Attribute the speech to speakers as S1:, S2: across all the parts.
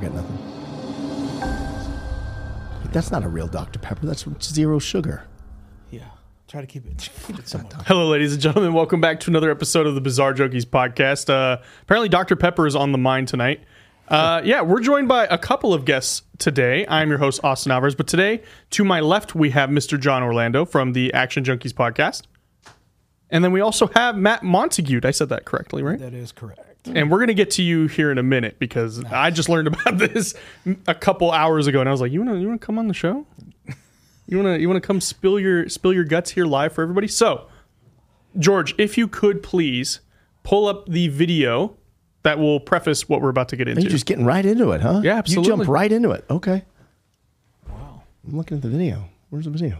S1: got nothing. But that's not a real Dr. Pepper. That's zero sugar.
S2: Yeah. Try to keep it. Keep it somewhat.
S3: Hello, ladies and gentlemen. Welcome back to another episode of the Bizarre Jokies podcast. Uh, apparently, Dr. Pepper is on the mind tonight. Uh, yeah, we're joined by a couple of guests today. I'm your host, Austin Alvarez, but today, to my left, we have Mr. John Orlando from the Action Junkies podcast. And then we also have Matt Montague. I said that correctly, right?
S2: That is correct.
S3: And we're going to get to you here in a minute because I just learned about this a couple hours ago, and I was like, "You want to, you want to come on the show? You want to, you want to come spill your, spill your guts here live for everybody?" So, George, if you could please pull up the video that will preface what we're about to get into.
S1: You're just getting right into it, huh?
S3: Yeah, absolutely.
S1: You jump right into it. Okay.
S2: Wow.
S1: I'm looking at the video. Where's the video?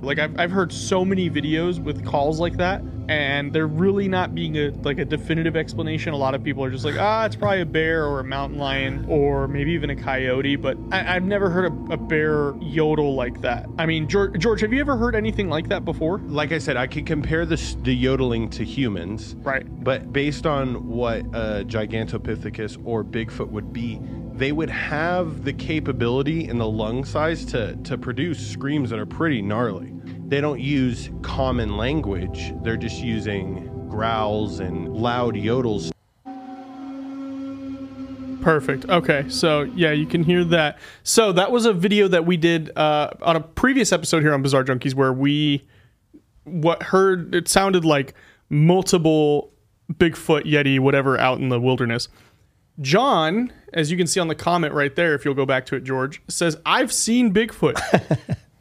S3: Like I've, I've heard so many videos with calls like that, and they're really not being a like a definitive explanation. A lot of people are just like, ah, it's probably a bear or a mountain lion or maybe even a coyote. But I, I've never heard a, a bear yodel like that. I mean, George, George, have you ever heard anything like that before?
S4: like I said, I could compare this, the yodeling to humans.
S3: Right.
S4: But based on what a Gigantopithecus or Bigfoot would be, they would have the capability and the lung size to, to produce screams that are pretty gnarly. They don't use common language, they're just using growls and loud yodels.
S3: Perfect. Okay. So, yeah, you can hear that. So, that was a video that we did uh, on a previous episode here on Bizarre Junkies where we what heard it sounded like multiple Bigfoot, Yeti, whatever out in the wilderness. John, as you can see on the comment right there if you'll go back to it George, says I've seen Bigfoot.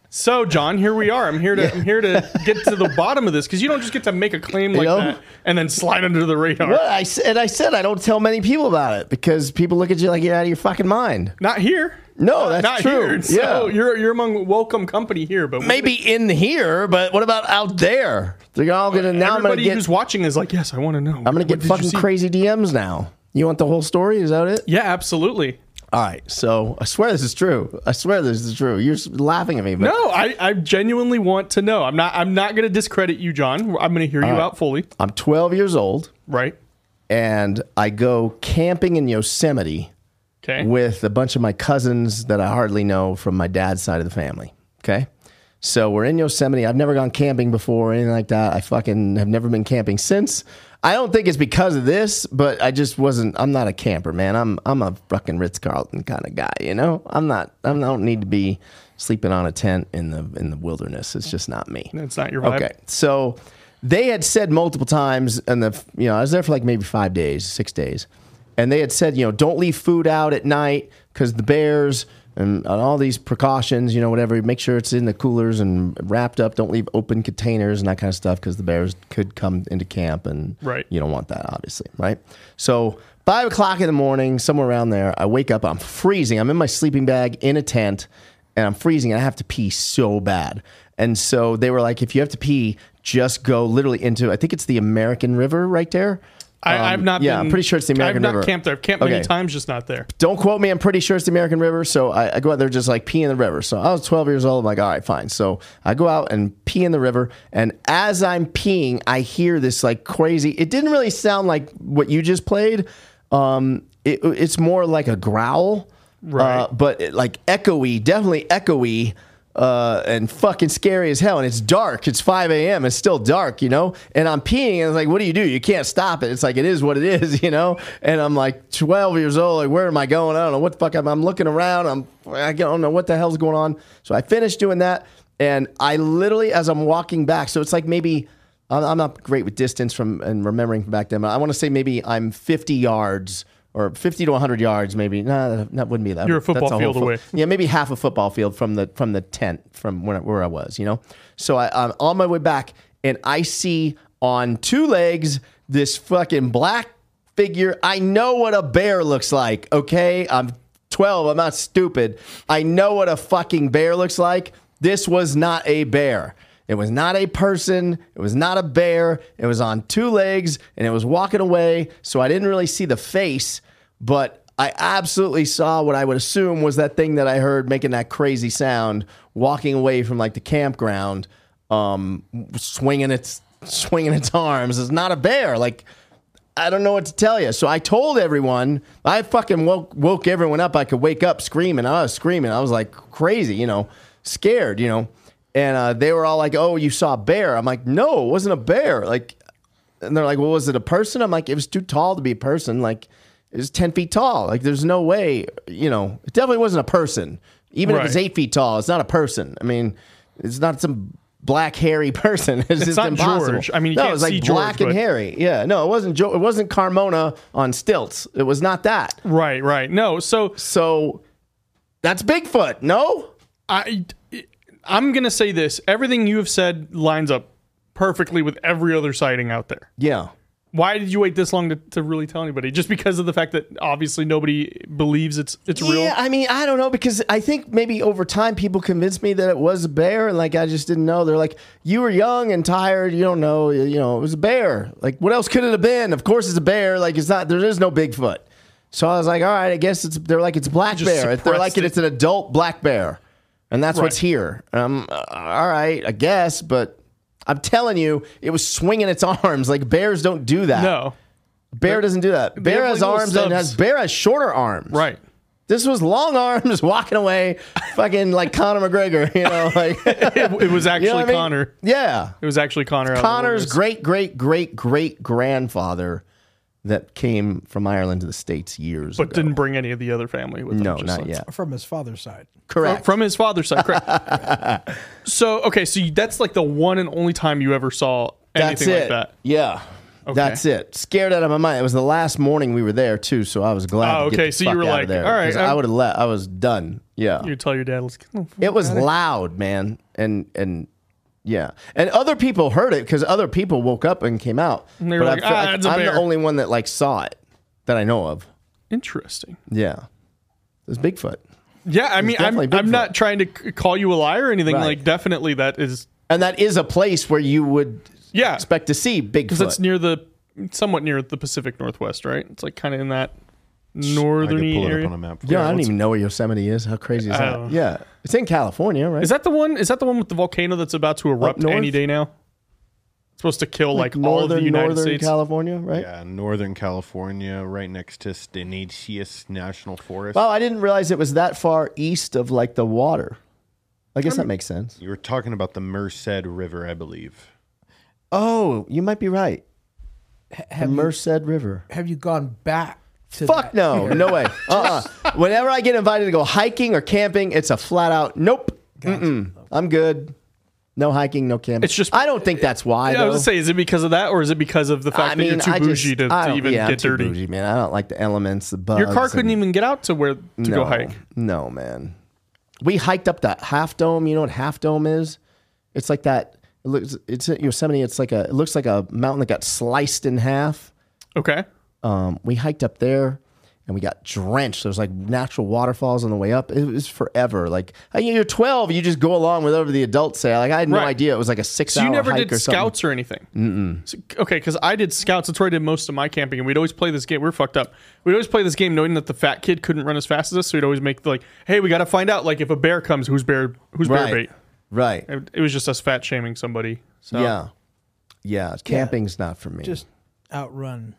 S3: So John, here we are. I'm here to I'm here to get to the bottom of this because you don't just get to make a claim like
S1: Yo.
S3: that and then slide under the radar.
S1: Well, I said, I said I don't tell many people about it because people look at you like you're out of your fucking mind.
S3: Not here.
S1: No, Oh, that's
S3: not
S1: true.
S3: here. So
S1: Yeah.
S3: you're you're among welcome company here, but
S1: Maybe in here, but what about out there? They're all gonna now. I'm gonna
S3: everybody
S1: get.
S3: who's watching is like, yes, I want to know.
S1: I'm gonna get fucking crazy DMs now. You want the whole story? Is that it?
S3: Yeah, absolutely.
S1: All right. So I swear this is true. I swear this is true. You're s- laughing at me, but
S3: No, I, I genuinely want to know. I'm not I'm not gonna discredit you, John. I'm gonna hear you out fully.
S1: I'm 12 years old
S3: Right.
S1: and I go camping in Yosemite
S3: Okay.
S1: with a bunch of my cousins that I hardly know from my dad's side of the family. Okay. So we're in Yosemite. I've never gone camping before or anything like that. I fucking have never been camping since. I don't think it's because of this, but I just wasn't I'm not a camper, man. I'm I'm a fucking Ritz Carlton kind of guy, you know? I'm not I'm- I don't need to be sleeping on a tent in the in the wilderness. It's just not me.
S3: That's not your vibe.
S1: Okay. So they had said multiple times, and the you know I was there for like maybe five days, six days, and they had said you know don't leave food out at night because the bears and, and all these precautions, you know whatever. Make sure it's in the coolers and wrapped up. Don't leave open containers and that kind of stuff because the bears could come into camp and
S3: Right.
S1: you don't want that obviously, right? So. Five o'clock in the morning, somewhere around there, I wake up. I'm freezing. I'm in my sleeping bag in a tent, and I'm freezing and I have to pee so bad. And so they were like, if you have to pee, just go literally into, I think it's the American River right there.
S3: I,
S1: Um,
S3: I've not
S1: yeah,
S3: been,
S1: I'm pretty sure it's the American
S3: I've not
S1: River.
S3: camped there. I've camped
S1: Okay.
S3: many times, just not there.
S1: Don't quote me. I'm pretty sure it's the American River. So I, I go out there just like pee in the river. So I was 12 years old. I'm like, all right, fine. So I go out and pee in the river. And as I'm peeing, I hear this like crazy. It didn't really sound like what you just played. Um, it, it's more like a growl,
S3: Right.
S1: Uh, but it, like echoey, definitely echoey. Uh, and fucking scary as hell. And it's dark. It's 5 a.m. It's still dark, you know? And I'm peeing, and it's like, what do you do? You can't stop it. It's like, it is what it is, you know? And I'm like 12 years old. Like, where am I going? I don't know what the fuck. I'm, I'm looking around. I'm, I don't know what the hell's going on. So I finished doing that. And I literally, as I'm walking back, so it's like maybe I'm, I'm not great with distance from and remembering from back then, but I want to say maybe I'm 50 yards or 50 to 100 yards, maybe. Nah, that wouldn't be that.
S3: You're a
S1: that's
S3: football
S1: whole
S3: field
S1: fo-
S3: away.
S1: yeah, maybe half a football field from the from the tent from where, where I was, you know. So I, I'm on my way back, and I see on two legs this fucking black figure. I know what a bear looks like. Okay, I'm 12. I'm not stupid. I know what a fucking bear looks like. This was not a bear. It was not a person. It was not a bear. It was on two legs and it was walking away. So I didn't really see the face but I absolutely saw what I would assume was that thing that I heard making that crazy sound, walking away from like the campground, um, swinging its swinging its arms. It's not a bear. Like, I don't know what to tell you. So I told everyone. I fucking woke woke everyone up. I could wake up screaming. I was screaming. I was like crazy, you know, scared, you know. And uh, they were all like, "Oh, you saw a bear?" I'm like, "No, it wasn't a bear." Like, and they're like, "Well, was it a person?" I'm like, "It was too tall to be a person. Like, it was ten feet tall. Like, there's no way, you know, it definitely wasn't a person. Even if it's
S3: Right.
S1: eight feet tall, it's not a person. I mean, it's not some black hairy person. It's, just
S3: not
S1: impossible.
S3: George. I mean, you
S1: no,
S3: can't
S1: it was like
S3: see George,
S1: black and
S3: but-
S1: hairy. Yeah, no, it wasn't. Jo- it wasn't Carmona on stilts. It was not that.
S3: Right, right. No, so
S1: So that's Bigfoot. No,
S3: I I'm gonna say this. Everything you have said lines up perfectly with every other sighting out there.
S1: yeah,
S3: Why did you wait this long to, to really tell anybody? Just because of the fact that obviously nobody believes it's it's real.
S1: Yeah, I mean, I don't know because I think maybe over time people convinced me that it was a bear, and like I just didn't know. They're like, "You were young and tired. You don't know. You know, it was a bear. Like, what else could it have been? Of course, it's a bear. Like, it's not. There is no Bigfoot." So I was like, "All right, I guess it's." They're like, "It's a black
S3: just
S1: bear." They're like,
S3: suppressed it.
S1: "It's an adult black bear," and that's what's
S3: Right.
S1: here. Um, uh, all right, I guess, but. I'm telling you, it was swinging its arms. Like bears don't do that.
S3: No.
S1: bear doesn't do that. Bear
S3: have,
S1: has
S3: like, little
S1: arms and
S3: stubs.
S1: has bear has shorter arms.
S3: Right.
S1: This was long arms walking away, fucking like Conor McGregor, you know, like
S3: It, it was actually
S1: you know what I mean?
S3: Connor.
S1: Yeah,
S3: It was actually Connor. out of the
S1: Connor's
S3: wilderness.
S1: great great great great grandfather that came from Ireland to the states years
S3: but
S1: ago.
S3: didn't bring any of the other family with him.
S1: No,
S3: just
S1: not
S3: like-
S1: yet.
S2: From his father's side.
S1: Correct.
S3: From his father's side, correct. so okay, so you, that's like the one and only time you ever saw
S1: That's
S3: anything
S1: it.
S3: like that.
S1: Yeah. That's it. Scared out of my mind. It was the last morning we were there too, so I was glad.
S3: Oh,
S1: to get
S3: okay,
S1: the
S3: so you
S1: fuck
S3: were
S1: out of
S3: like,
S1: there,
S3: all right,
S1: 'cause I
S3: I'm-
S1: would have left. I was done. Yeah,
S3: You tell your dad, let's
S1: it was loud, man, and and yeah, and other people heard it because other people woke up and came out.
S3: And they were like,
S1: I feel
S3: "Ah, it's a
S1: I'm
S3: bear."
S1: the only one that like saw it that I know of.
S3: Interesting.
S1: Yeah, it's Bigfoot,
S3: Yeah, I mean, I'm,
S1: definitely
S3: I'm
S1: Bigfoot.
S3: not trying to c- call you a liar or anything.
S1: Right.
S3: Like, definitely that is.
S1: and that is a place where you would
S3: Yeah, because
S1: expect to see Bigfoot.
S3: it's near the, somewhat near the Pacific Northwest, right? It's like kind of in that
S5: I could
S3: northern
S5: pull it
S3: area.
S5: up on a map. for
S1: yeah,
S5: you.
S1: I don't even know where Yosemite is. How crazy is
S3: Oh.
S1: that? Yeah, it's in California, right?
S3: Is that the one? Is that the one with the volcano that's about to erupt
S1: north?
S3: any day now? It's supposed to kill like, all of
S1: northern
S3: the United
S1: northern
S3: States.
S1: California, right?
S5: Yeah, Northern California, right next to Stanislaus National Forest.
S1: Wow, I didn't realize it was that far east of like the water. I guess that makes sense.
S5: you were talking about the Merced River, I believe.
S1: Oh, you might be right. The Merced River.
S2: Have you gone back to
S1: Fuck
S2: that
S1: no,
S2: area?
S1: no way. Uh-uh. Whenever I get invited to go hiking or camping, it's a flat out nope. Mm-mm. I'm good. No hiking, no camping.
S3: It's just-
S1: I don't think that's why.
S3: Yeah, I
S1: though.
S3: was gonna say, is it because of that, or is it because of the fact that you're too bougie to,
S1: I
S3: to
S1: don't-
S3: even
S1: yeah, I'm
S3: get
S1: too
S3: dirty?
S1: bougie, man. I don't like the elements, the bugs.
S3: Your car couldn't
S1: and-
S3: even get out to where to
S1: no,
S3: go hike.
S1: No, man. We hiked up that half dome. You know what half dome is? It's like that. It looks. It's at Yosemite. It's like a. It looks like a mountain that got sliced in half.
S3: Okay,
S1: Um, we hiked up there and we got drenched. There's like natural waterfalls on the way up. It was forever. Like I mean, you're 12, you just go along with whatever the adults say. Like I had no
S3: Right.
S1: idea it was like a six
S3: So
S1: hour
S3: you never
S1: hike
S3: did
S1: or something.
S3: scouts or anything? Mm-mm. okay, because I did scouts. That's where I did most of my camping, and we'd always play this game. We were fucked up. We'd always play this game knowing that the fat kid couldn't run as fast as us, so we'd always make the, like, "Hey, we got to find out like if a bear comes, who's bear, who's
S1: Right.
S3: bear bait."
S1: Right.
S3: It- It was just us fat shaming somebody. So
S1: Yeah. Yeah. Camping's not for me.
S2: Just outrun.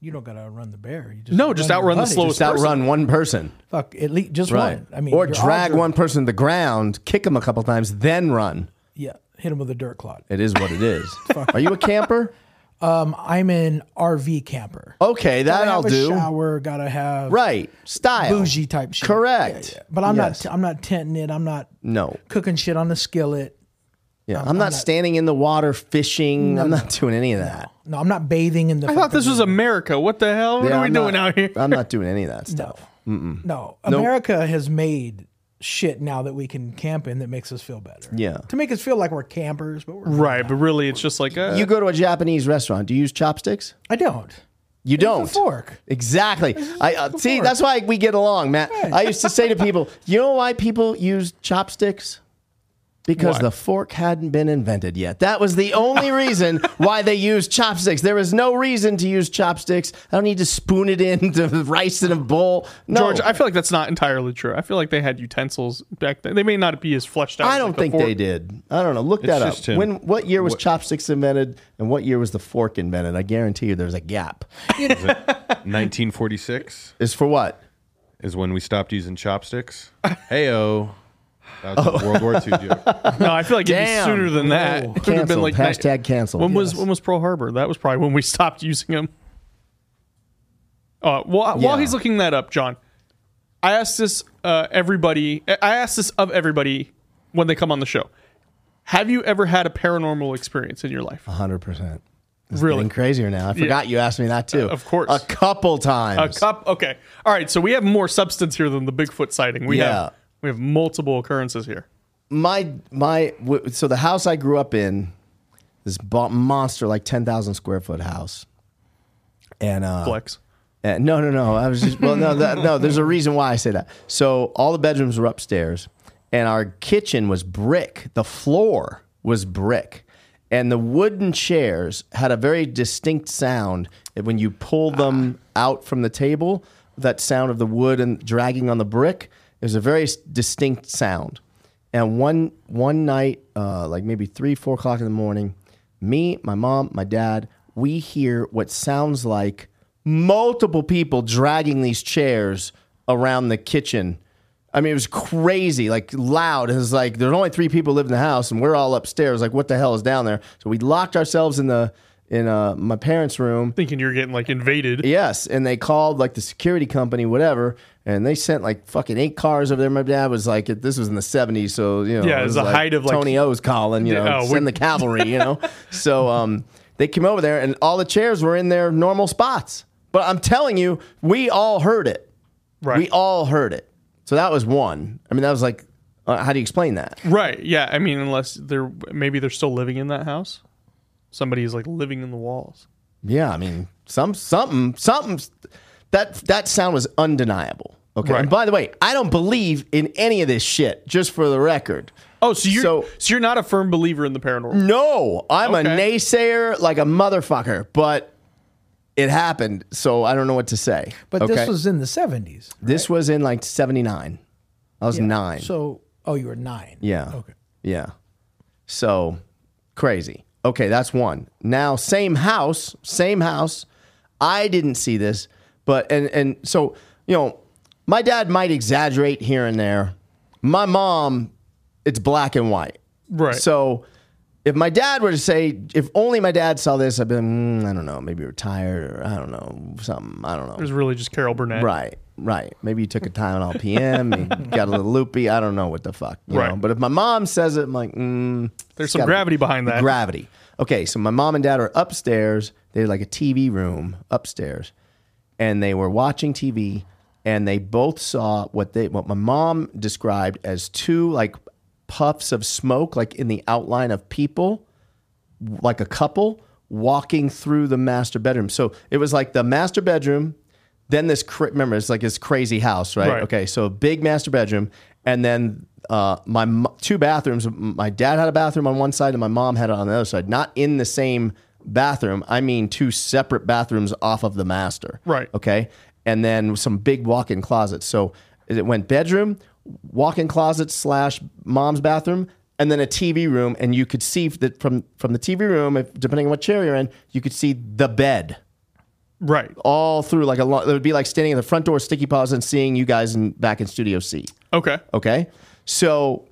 S2: You don't gotta outrun the bear. You just
S3: No, just outrun the
S2: buddy.
S3: slowest-
S1: just outrun one person.
S2: Fuck, at least just
S1: Right.
S2: one. I mean,
S1: or
S2: your
S1: drag
S2: odds are-
S1: one person to the ground, kick them a couple times, then run.
S2: Yeah, hit him with a dirt clod.
S1: It is what it is. Are you a camper?
S2: Um, I'm an RV camper.
S1: Okay, Oh, that
S2: gotta
S1: I'll
S2: have a
S1: do.
S2: Shower, gotta have
S1: Right. Style.
S2: bougie type shit.
S1: Correct.
S2: Yeah, yeah. But I'm
S1: Yes.
S2: not. I'm not tenting it. I'm not
S1: No.
S2: cooking shit on the skillet.
S1: Yeah. I'm,
S2: I'm
S1: not
S2: not-
S1: standing in the water fishing. I'm not doing any of that.
S2: No, I'm not bathing in the.
S3: I thought this was America. What the hell? What
S1: Yeah,
S3: are we
S1: I'm
S3: doing
S1: not-
S3: out here?
S1: I'm not doing any of that
S2: no.
S1: stuff.
S2: No, America has made shit now that we can camp in that makes us feel better.
S1: Yeah.
S2: to make us feel like we're campers, but we're,
S3: Right, but really, it's just like uh,
S1: You go to a Japanese restaurant. Do you use chopsticks?
S2: I don't.
S1: You
S2: It's a
S1: don't.
S2: fork.
S1: Exactly. I uh, see.
S2: fork.
S1: That's why we get along, Matt. I used to say to people, "You know why people use chopsticks? Because
S3: Why?
S1: the fork hadn't been invented yet. That was the only reason why they used chopsticks. There was no reason to use chopsticks. I don't need to spoon it into rice in a bowl. No.
S3: George, I feel like that's not entirely true. I feel like they had utensils back then. They may not be as fleshed out.
S1: I
S3: as,
S1: don't
S3: like, the
S1: think
S3: fork-
S1: they did. I don't know. Look that up.
S5: just him.
S1: When what year was chopsticks invented and what year was the fork invented? I guarantee you there's a gap.
S5: 1946
S1: Is for what?
S5: is when we stopped using chopsticks. Heyo. That was a World War II joke.
S3: No, I feel like it'd be
S1: Damn.
S3: sooner than that.
S1: Oh.
S3: It would have been
S1: Canceled.
S3: like
S1: Hashtag canceled.
S3: When was when was Pearl Harbor? That was probably when we stopped using them. Uh, while, while
S1: Yeah.
S3: he's looking that up, John, I asked this uh, everybody. I asked this of everybody when they come on the show. Have you ever had a paranormal experience in your life?
S1: 100%. It's
S3: Really?
S1: Getting crazier now. I forgot you asked me that too.
S3: of course.
S1: A couple
S3: A
S1: times.
S3: cup. Okay. All right. So we have more substance here than the Bigfoot sighting. We
S1: Yeah.
S3: have we have multiple occurrences here.
S1: my my w- so the house I grew up in, this bo- monster like ten thousand square foot house, and uh,
S3: Flex.
S1: Uh, no, no, no. I was just well, no, that, no. There's a reason why I say that. So all the bedrooms were upstairs, and our kitchen was brick. The floor was brick, and the wooden chairs had a very distinct sound when you pulled them out from the table. That sound of the wood and dragging on the brick is a very s- distinct sound. And one one night, uh, like maybe three, four o'clock in the morning, me, my mom, my dad, we hear what sounds like multiple people dragging these chairs around the kitchen. I mean, it was crazy, like loud. It was like there's only three people live in the house, and we're all upstairs. Like, what the hell is down there? So we locked ourselves in the in uh, my parents' room,
S3: Thinking you're getting like invaded.
S1: Yes, and they called like the security company, whatever, and they sent like fucking eight cars over there. My dad was like, this was in the '70s, so you know,
S3: Yeah, it was the height of, like- oh,
S1: Tony O's calling, you know,
S3: Yeah, we-
S1: send the cavalry, you know. so um, they came over there, and all the chairs were in their normal spots. But I'm telling you, we all heard it.
S3: Right.
S1: We all heard it. So that was one. I mean, that was like, uh, how do you explain that?
S3: Right. Yeah. I mean, unless they're maybe they're still living in that house. Somebody is like living in the walls.
S1: Yeah, I mean, some something something that that sound was undeniable. Okay.
S3: Right.
S1: And by the way, I don't believe in any of this shit, just for the record.
S3: Oh, so you're so,
S1: So- Mm.
S3: you're not a firm believer in the paranormal.
S1: No, I'm a
S3: Okay.
S1: naysayer like a motherfucker, but it happened, so I don't know what to say.
S2: But
S1: Okay?
S2: this was in the 70s.
S1: this was in like 79. I was 9.
S2: So, oh, you were nine.
S1: Yeah.
S2: Okay.
S1: Yeah. So crazy. Okay, that's one. Now, same house, same house. I didn't see this, but and and so you know, my dad might exaggerate here and there. My mom, it's black and white.
S3: Right.
S1: So if my dad were to say, if only my dad saw this, I'd be, like, mm, I don't know, maybe retired or I don't know, something, I don't know.
S3: It was really just Carol Burnett.
S1: Right, right. Maybe you took a time on PM, you got a little loopy. I don't know what the fuck. You
S3: Right.
S1: Know? But if my mom says it, I'm like, mm,
S3: There's
S1: it's
S3: some
S1: gotta
S3: gravity
S1: be-
S3: behind that.
S1: Gravity. Okay, so my mom and dad are upstairs. They had like a TV room upstairs, and they were watching TV, and they both saw what they what my mom described as two like puffs of smoke, like in the outline of people like a couple walking through the master bedroom. So it was like the master bedroom, then this cra- remember it's like this crazy house, right?
S3: Right.
S1: Okay, so big master bedroom, and then uh, my m- two bathrooms. My dad had a bathroom on one side, and my mom had it on the other side. Not in the same bathroom. I mean, two separate bathrooms off of the master.
S3: Right.
S1: Okay, and then some big walk-in closets. So it went bedroom, walk-in closet slash mom's bathroom, and then a TV room, and you could see that from from the TV room, if, depending on what chair you're in, you could see the bed
S3: Right.
S1: all through like a lot. It would be like standing at the front door, sticky paws, and seeing you guys in, back in Studio C.
S3: Okay.
S1: Okay, so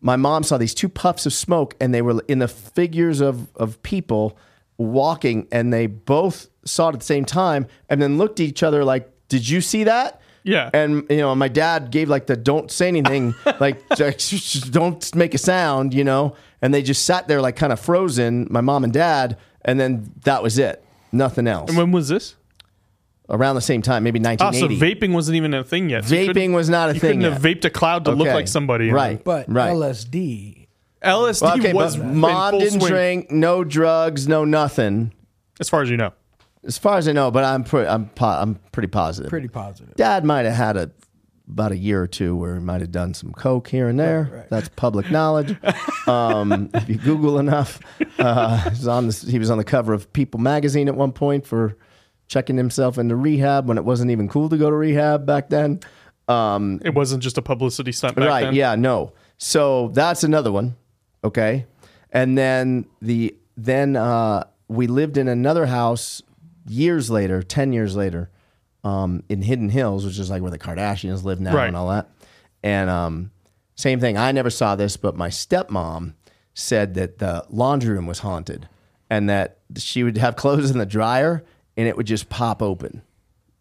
S1: my mom saw these two puffs of smoke, and they were in the figures of of people walking, and they both saw it at the same time, and then looked at each other like, "Did you see that?"
S3: Yeah.
S1: And you know, my dad gave like the "Don't say anything," like like, "Don't make a sound," you know. And they just sat there like kind of frozen, my mom and dad, and then that was it. Nothing else
S3: And when was this?
S1: around the same time, maybe
S3: Ah, so
S1: 1980.
S3: vaping wasn't even a thing yet. So you couldn't-
S1: Vaping was not a
S3: you
S1: thing.
S3: couldn't
S1: yet.
S3: have vaped a cloud to look
S1: Okay.
S3: like somebody. and
S1: Right.
S2: But
S1: Right.
S2: LSD,
S3: then- LSD
S1: Well, okay,
S3: was
S1: but
S3: in
S1: mom
S3: full
S1: didn't
S3: swing,
S1: drink, no drugs, no nothing,
S3: as far as you know.
S1: as far as I know. But I'm pre- I'm po- I'm pretty positive.
S2: pretty positive.
S1: Dad might have had a about a year or two where he might have done some coke here and there. That's public knowledge. um, if you Google enough, uh, he, was on the, he was on the cover of People magazine at one point for checking himself into rehab when it wasn't even cool to go to rehab back then.
S3: It wasn't just a publicity stunt back
S1: right
S3: then.
S1: yeah no so that's another one okay and then the then uh we lived in another house years later 10 years later um in hidden hills which is like where the kardashians live now
S3: Right.
S1: and all that and um same thing i never saw this but my stepmom said that the laundry room was haunted and that she would have clothes in the dryer and it would just pop open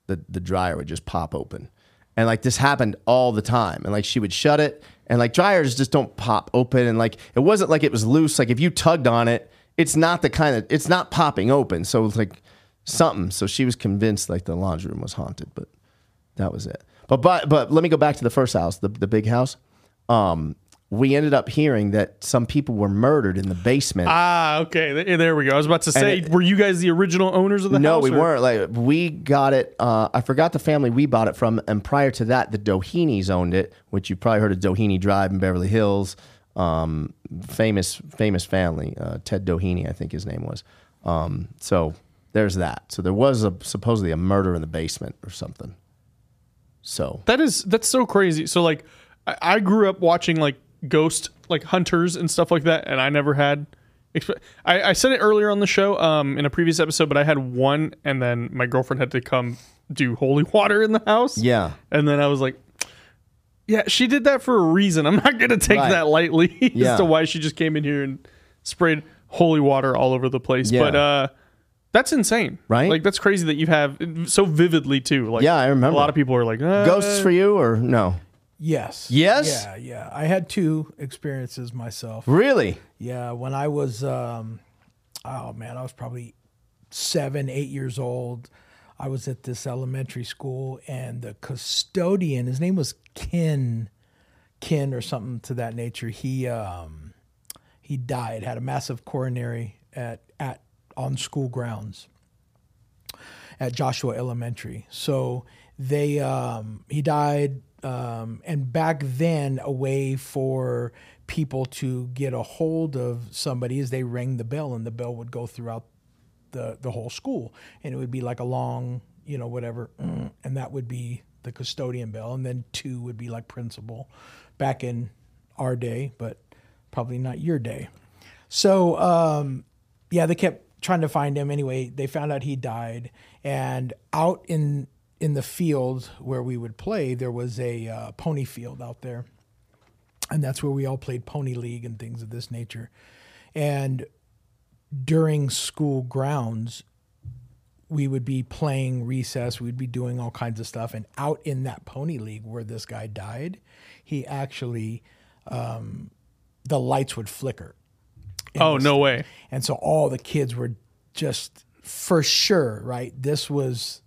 S1: the, the dryer would just pop open. And like this happened all the time. And like she would shut it and like dryers just don't pop open. And like it wasn't like it was loose. Like if you tugged on it, it's not the kind of it's not popping open. So it's like something. So she was convinced like the laundry room was haunted, but that was it. But but but let me go back to the first house, the, the big house. Um we ended up hearing that some people were murdered in the basement.
S3: Ah, okay. Th- There we go. I was about to say,
S1: it-
S3: were you guys the original owners of the
S1: no,
S3: house?
S1: we
S3: or-
S1: weren't. Like we got it. Uh, I forgot the family we bought it from, and prior to that, the Doheny's owned it, which you probably heard of Doheny Drive in Beverly Hills. Um, famous, famous family. Uh, Ted Doheny, I think his name was. Um, so there's that. So there was a supposedly a murder in the basement or something. So
S3: That is that's so crazy. So like, I, I grew up watching like ghost like hunters and stuff like that, and I never had. exp- I, I said it earlier on the show, um, in a previous episode, but I had one, and then my girlfriend had to come do holy water in the house.
S1: yeah,
S3: and then I was like, yeah, she did that for a reason. I'm not gonna take
S1: Right.
S3: that lightly
S1: Yeah.
S3: as to why she just came in here and sprayed holy water all over the place.
S1: Yeah.
S3: But uh, that's insane,
S1: Right?
S3: Like that's crazy that you have so vividly too. Like
S1: Yeah, I remember.
S3: A lot of people are like uh,
S1: ghosts for you or no?
S2: Yes.
S1: Yes?
S2: Yeah, yeah. I had two experiences myself.
S1: Really?
S2: Yeah, when I was, um, oh man, I was probably seven, eight years old. I was at this elementary school, and the custodian, his name was Ken, Ken or something to that nature. He um, he died, had a massive coronary at at on school grounds at Joshua Elementary. So they um, he died, um, and back then a way for people to get a hold of somebody is they rang the bell, and the bell would go throughout the the whole school, and it would be like a long, you know, whatever, and that would be the custodian bell, and then two would be like principal, back in our day, but probably not your day. So um, yeah, they kept trying to find him. Anyway, they found out he died, and out in in the field where we would play, there was a uh, pony field out there, and that's where we all played pony league and things of this nature. And during school grounds, we would be playing recess, we'd be doing all kinds of stuff, and out in that pony league where this guy died, he actually um, the lights would flicker.
S3: oh no way.
S2: And so all the kids were just for sure, right? This was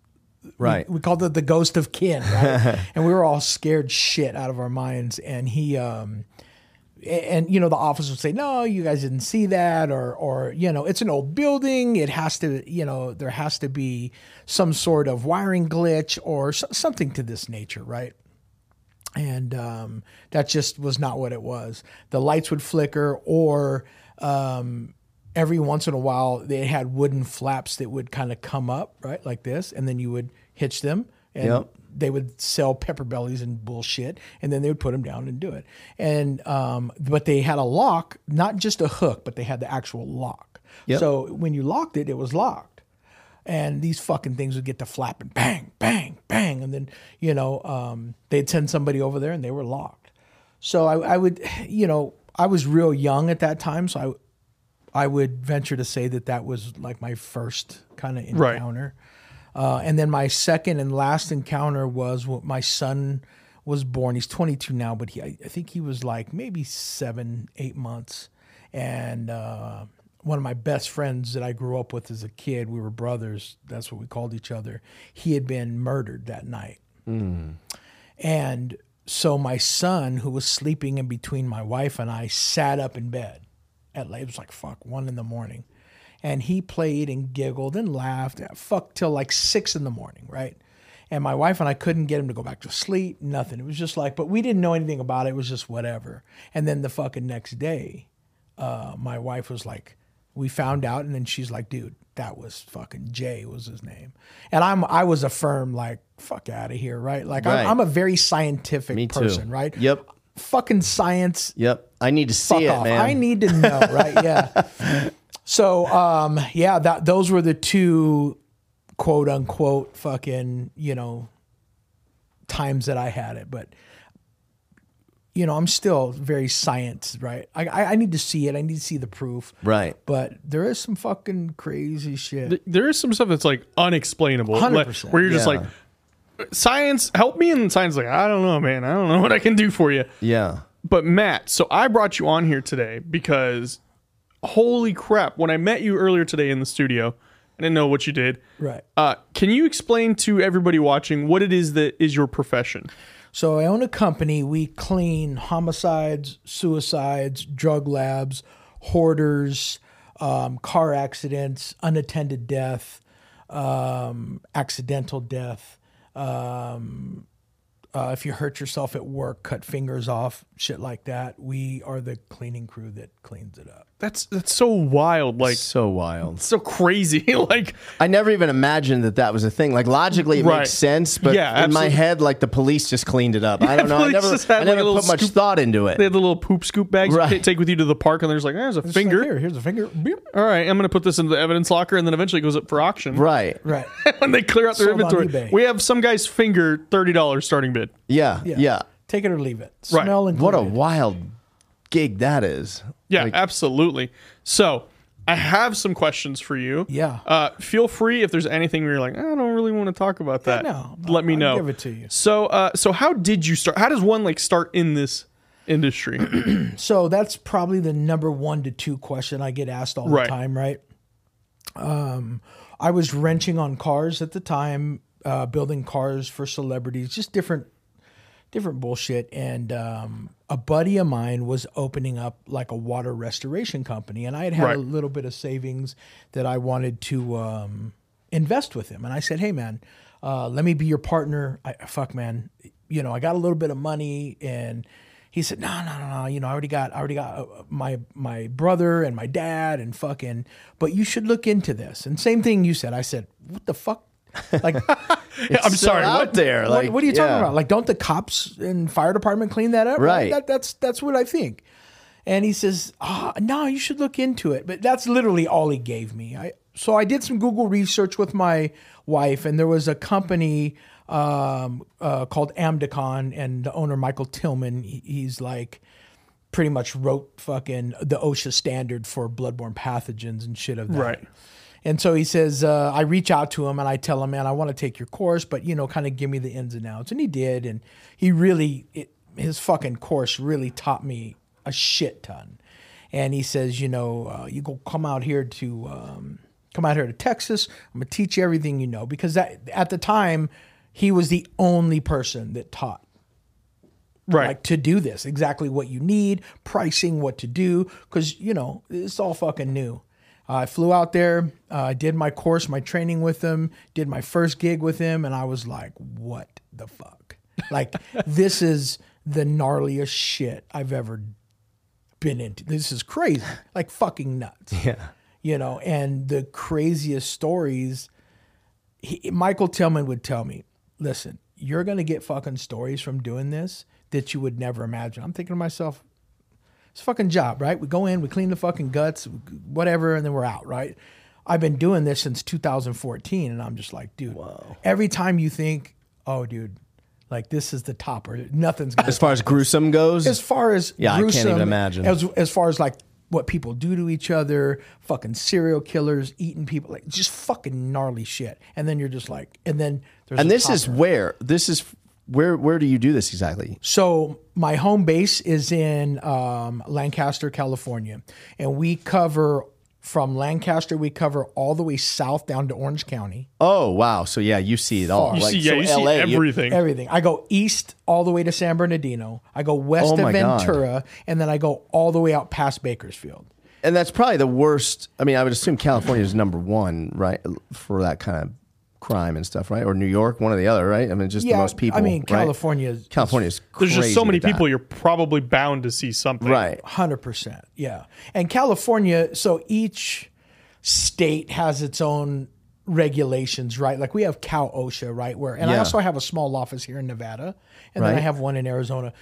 S1: Right.
S2: we called it the ghost of kin, right? and we were all scared shit out of our minds. And he, um, a- and you know, the office would say, "No, you guys didn't see that," or, or you know, it's an old building. It has to, you know, there has to be some sort of wiring glitch or s- something to this nature, right? and um, that just was not what it was. The lights would flicker, or um, every once in a while they had wooden flaps that would kind of come up, right, like this, and then you would hitch them, and
S1: Yep.
S2: they would sell pepper bellies and bullshit, and then they would put them down and do it. And um, but they had a lock, not just a hook, but they had the actual lock.
S1: Yep.
S2: So when you locked it, it was locked and these fucking things would get to flapping, bang, bang, bang, and then you know um, they'd send somebody over there, and they were locked. So I, I would, you know, I was real young at that time, so I, I would venture to say that that was like my first kind of
S3: Right.
S2: encounter, uh, and then my second and last encounter was when my son was born. He's 22 now, but he, I I think he was like maybe seven, eight months, and uh, one of my best friends that I grew up with as a kid, we were brothers. That's what we called each other. He had been murdered that night. And so my son, who was sleeping in between my wife and I, sat up in bed at like, it was like fuck one in the morning, uh, and he played and giggled and laughed fuck till like six in the morning, right? And my wife and I couldn't get him to go back to sleep, nothing. It was just like, but we didn't know anything about it. It was just whatever. And then the fucking next day, uh, my wife was like, we found out, and then she's like, dude, that was fucking Jay was his name. And I'm I was a firm like, fuck out of here, right? Like
S1: Right.
S2: I'm, I'm a very scientific
S1: Me too.
S2: person, right?
S1: Yep.
S2: Fucking science
S1: Yep. I need to see
S2: fuck
S1: it,
S2: off.
S1: man.
S2: I need to know, right? Yeah. so, um, yeah, that those were the two quote unquote fucking, you know, times that I had it. But you know, I'm still very science, right? I, I, I need to see it. I need to see the proof.
S1: Right.
S2: But there is some fucking crazy shit.
S3: Th- there is some stuff that's like unexplainable, like,
S2: 100%,
S3: where you're just
S1: yeah.
S3: like, science, help me, and science is like, I don't know, man, I don't know what I can do for you.
S1: yeah.
S3: But Matt, so I brought you on here today because holy crap, when I met you earlier today in the studio, I didn't know what you did.
S2: right.
S3: Uh, can you explain to everybody watching what it is that is your profession?
S2: So I own a company. We clean homicides, suicides, drug labs, hoarders, um, car accidents, unattended death, um, accidental death. Um, uh, if you hurt yourself at work, cut fingers off, shit like that. We are the cleaning crew that cleans it up.
S3: That's that's so wild, like
S1: So wild.
S3: so crazy, like
S1: I never even imagined that that was a thing. Like logically, it
S3: Right.
S1: makes sense, but
S3: Yeah,
S1: in my
S3: absolutely.
S1: head, like the police just cleaned it up. I don't know. I
S3: police
S1: never,
S3: just had,
S1: I never
S3: like, a little
S1: put much
S3: scoop-
S1: thought into
S3: they had
S1: it.
S3: the little poop scoop bags you
S1: Right.
S3: you take with you to the park, and there's like, there's a finger.
S2: Like, here, here's a finger. Beep.
S3: All right, I'm gonna put this in the evidence locker, and then eventually it goes up for auction.
S1: Right.
S2: Right.
S3: when they clear out their
S2: Sold on
S3: inventory,
S2: eBay.
S3: we have some guy's finger, thirty dollars starting bid.
S1: Yeah. Yeah.
S2: Yeah. Take it or leave it.
S3: Right.
S2: Smell and
S1: What a wild gig that is.
S3: Yeah,
S1: Like,
S3: absolutely. So I have some questions for you.
S2: Yeah.
S3: Uh, feel free if there's anything where you're like, I don't really want to talk about that.
S2: no,
S3: let me
S2: I'll
S3: know.
S2: give it to you.
S3: So, uh, so how did you start? How does one like start in this industry?
S2: So that's probably the number one to two question I get asked all
S3: Right.
S2: the time, right? Um, I was wrenching on cars at the time, uh, building cars for celebrities, just different, different bullshit. And um, a buddy of mine was opening up like a water restoration company, and I had had
S3: Right.
S2: a little bit of savings that I wanted to um, invest with him. And I said, "Hey, man, uh, let me be your partner." I, fuck, man, you know, I got a little bit of money, and he said, "No, no, no, no. You know, I already got, I already got uh, my my brother and my dad and fucking. But you should look into this." And same thing you said. I said, "What the fuck?" Like,
S3: I'm
S1: so
S3: sorry.
S1: Out
S3: What?
S1: there. Like,
S2: what, what are you talking
S1: yeah.
S2: about? Like, don't the cops and fire department clean that up?
S1: Right.
S2: That, that's that's what I think. And he says, ah, no, you should look into it. But that's literally all he gave me. I so I did some Google research with my wife, and there was a company um, uh, called Amdecon, and the owner Michael Tillman. he- he's like pretty much wrote fucking the OSHA standard for bloodborne pathogens and shit of that.
S3: Right.
S2: And so he says, uh, I reach out to him and I tell him, man, I want to take your course, but you know, kind of give me the ins and outs. And he did, and he really, it, his fucking course really taught me a shit ton. And he says, you know, uh, you go come out here to um, come out here to Texas. I'm gonna teach you everything you know because that at the time he was the only person that taught
S3: Right.
S2: like to do this exactly what you need pricing what to do because you know it's all fucking new uh, i flew out there uh, did my course my training with them did my first gig with him and i was like what the fuck like this is the gnarliest shit i've ever been into this is crazy like fucking nuts yeah you know and the craziest stories he, Michael Tillman would tell me, listen, you're going to get fucking stories from doing this that you would never imagine. I'm thinking to myself, it's a fucking job, right? We go in, we clean the fucking guts, whatever, and then we're out, right? I've been doing this since 2014, and I'm just like, dude, every time you think, oh, dude, like this is the topper, nothing's going to
S1: As far as gruesome goes,
S2: as far as
S1: Yeah, I can't
S2: gruesome,
S1: even imagine.
S2: As as far as like what people do to each other, fucking serial killers eating people, like just fucking gnarly shit. And then you're just like, and then there's
S1: and
S2: a
S1: this is
S2: topper.
S1: where this is where where do you do this exactly?
S2: So my home base is in um, Lancaster, California, and we cover from Lancaster we cover all the way south down to Orange County.
S1: Oh wow! So yeah, you see it all.
S3: you
S1: Like,
S3: see, yeah,
S1: so
S3: you see
S1: LA, you-
S3: everything.
S2: Everything. I go east all the way to San Bernardino. I go west
S1: Oh
S2: to
S1: my God.
S2: Ventura, and then I go all the way out past Bakersfield.
S1: and that's probably the worst. I mean, I would assume California is number one, right, for that kind of crime and stuff, right? Or New York, one or the other, right? I mean, just the most people.
S2: I mean,
S1: right?
S2: California is
S1: California's
S3: There's
S1: crazy
S3: just so many
S1: with that.
S3: people. You're probably bound to see something.
S1: right?
S2: Hundred percent, yeah. And California, so each state has its own regulations, right? Like we have Cal OSHA, right? Where and I
S1: Yeah.
S2: also have a small office here in Nevada, and then I
S1: Right.
S2: have one in Arizona.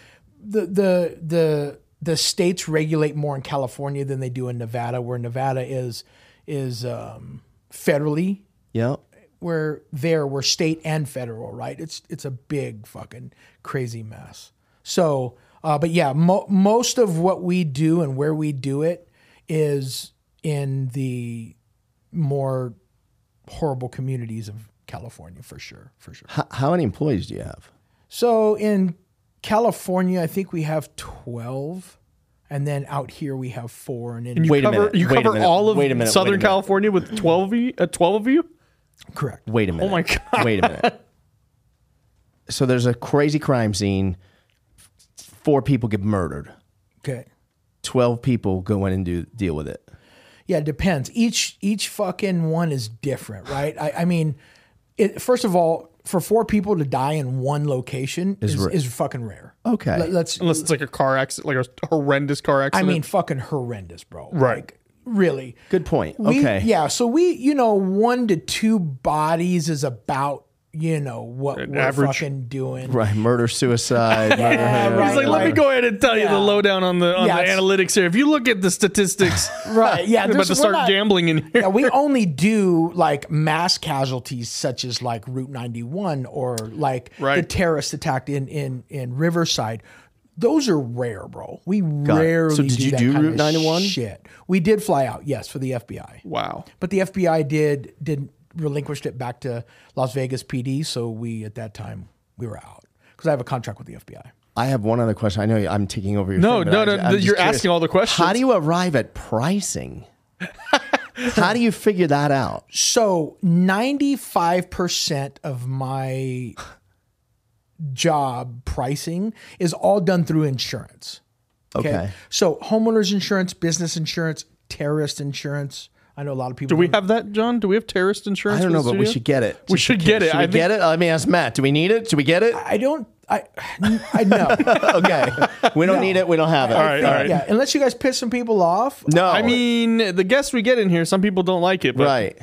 S2: The the the the states regulate more in California than they do in Nevada, where Nevada is is um, federally
S1: Yeah,
S2: we're there we're state and federal right it's it's a big fucking crazy mess so uh, but yeah mo- most of what we do and where we do it is in the more horrible communities of california for sure for sure
S1: H- how many employees do you have?
S2: so in california i think we have 12 and then out here we have four and in
S3: You
S1: Wait a
S3: cover,
S1: minute,
S3: You
S1: wait a
S3: cover
S1: minute,
S3: all of
S1: wait a minute,
S3: Southern
S1: wait a minute.
S3: California with 12 of you. Uh, 12 of you.
S2: correct
S1: Wait a minute.
S3: Oh my God.
S1: Wait a minute. So there's a crazy crime scene. Four people get murdered.
S2: okay
S1: Twelve people go in and do deal with it.
S2: Yeah, it depends. Each each fucking one is different, right? I, I mean, it, first of all, for four people to die in one location is is,
S1: rare.
S2: fucking rare.
S1: Okay.
S2: Let, us
S3: Unless it's like a car accident, like a horrendous car
S2: I
S3: accident.
S2: mean, fucking horrendous, bro.
S3: Right.
S2: Like, really.
S1: Good point.
S2: We-
S1: okay.
S2: Yeah. So we, you know, one to two bodies is about, you know, what we're
S3: Uh, average.
S2: fucking doing.
S1: Right. Murder, suicide. murder,
S2: right.
S3: He's like, let me
S2: Like-
S3: go ahead and tell you
S2: Yeah.
S3: the lowdown on the on
S2: Yeah,
S3: the
S2: it's-
S3: analytics here. If you look at the statistics,
S2: Right. Yeah.
S3: I'm
S2: there's-
S3: about to
S2: we're
S3: start
S2: not-
S3: gambling in here.
S2: Yeah, we only do like mass casualties such as like Route 91 or like the
S3: Right.
S2: terrorist attack in in in Riverside. Those are rare, bro. We
S1: it. So
S2: rarely
S1: did
S2: do
S1: you
S2: that
S1: do
S2: kind
S1: Route
S2: of
S1: 91?
S2: shit. We did fly out, yes, for the FBI.
S3: Wow.
S2: But the FBI did did relinquished it back to Las Vegas PD, so we at that time we were out cuz I have a contract with the FBI.
S1: I have one other question. I know I'm taking over your.
S3: No,
S1: thing, but
S3: no,
S1: I-
S3: no,
S1: I'm
S3: th-
S1: just
S3: you're asking all the questions.
S1: How do you arrive at pricing? How do you figure that out?
S2: So 95% of my job pricing is all done through insurance.
S1: Okay.
S2: So homeowners insurance, business insurance, terrorist insurance. I know a lot of people
S3: Do we
S2: don't-
S3: have that, John? Do we have terrorist insurance?
S1: I don't
S3: for
S1: know,
S3: the
S1: but we
S3: studio?
S1: should get it.
S3: We should get it.
S1: Should
S3: I
S1: we
S3: think-
S1: get it? Let me ask Matt. Do we need it? Should we get it?
S2: I don't I I know.
S1: Okay. We don't need it. We don't have it.
S3: All right, all right.
S2: Yeah, unless you guys piss some people off.
S1: No.
S3: I mean, the guests we get in here, some people don't like it, but
S1: right.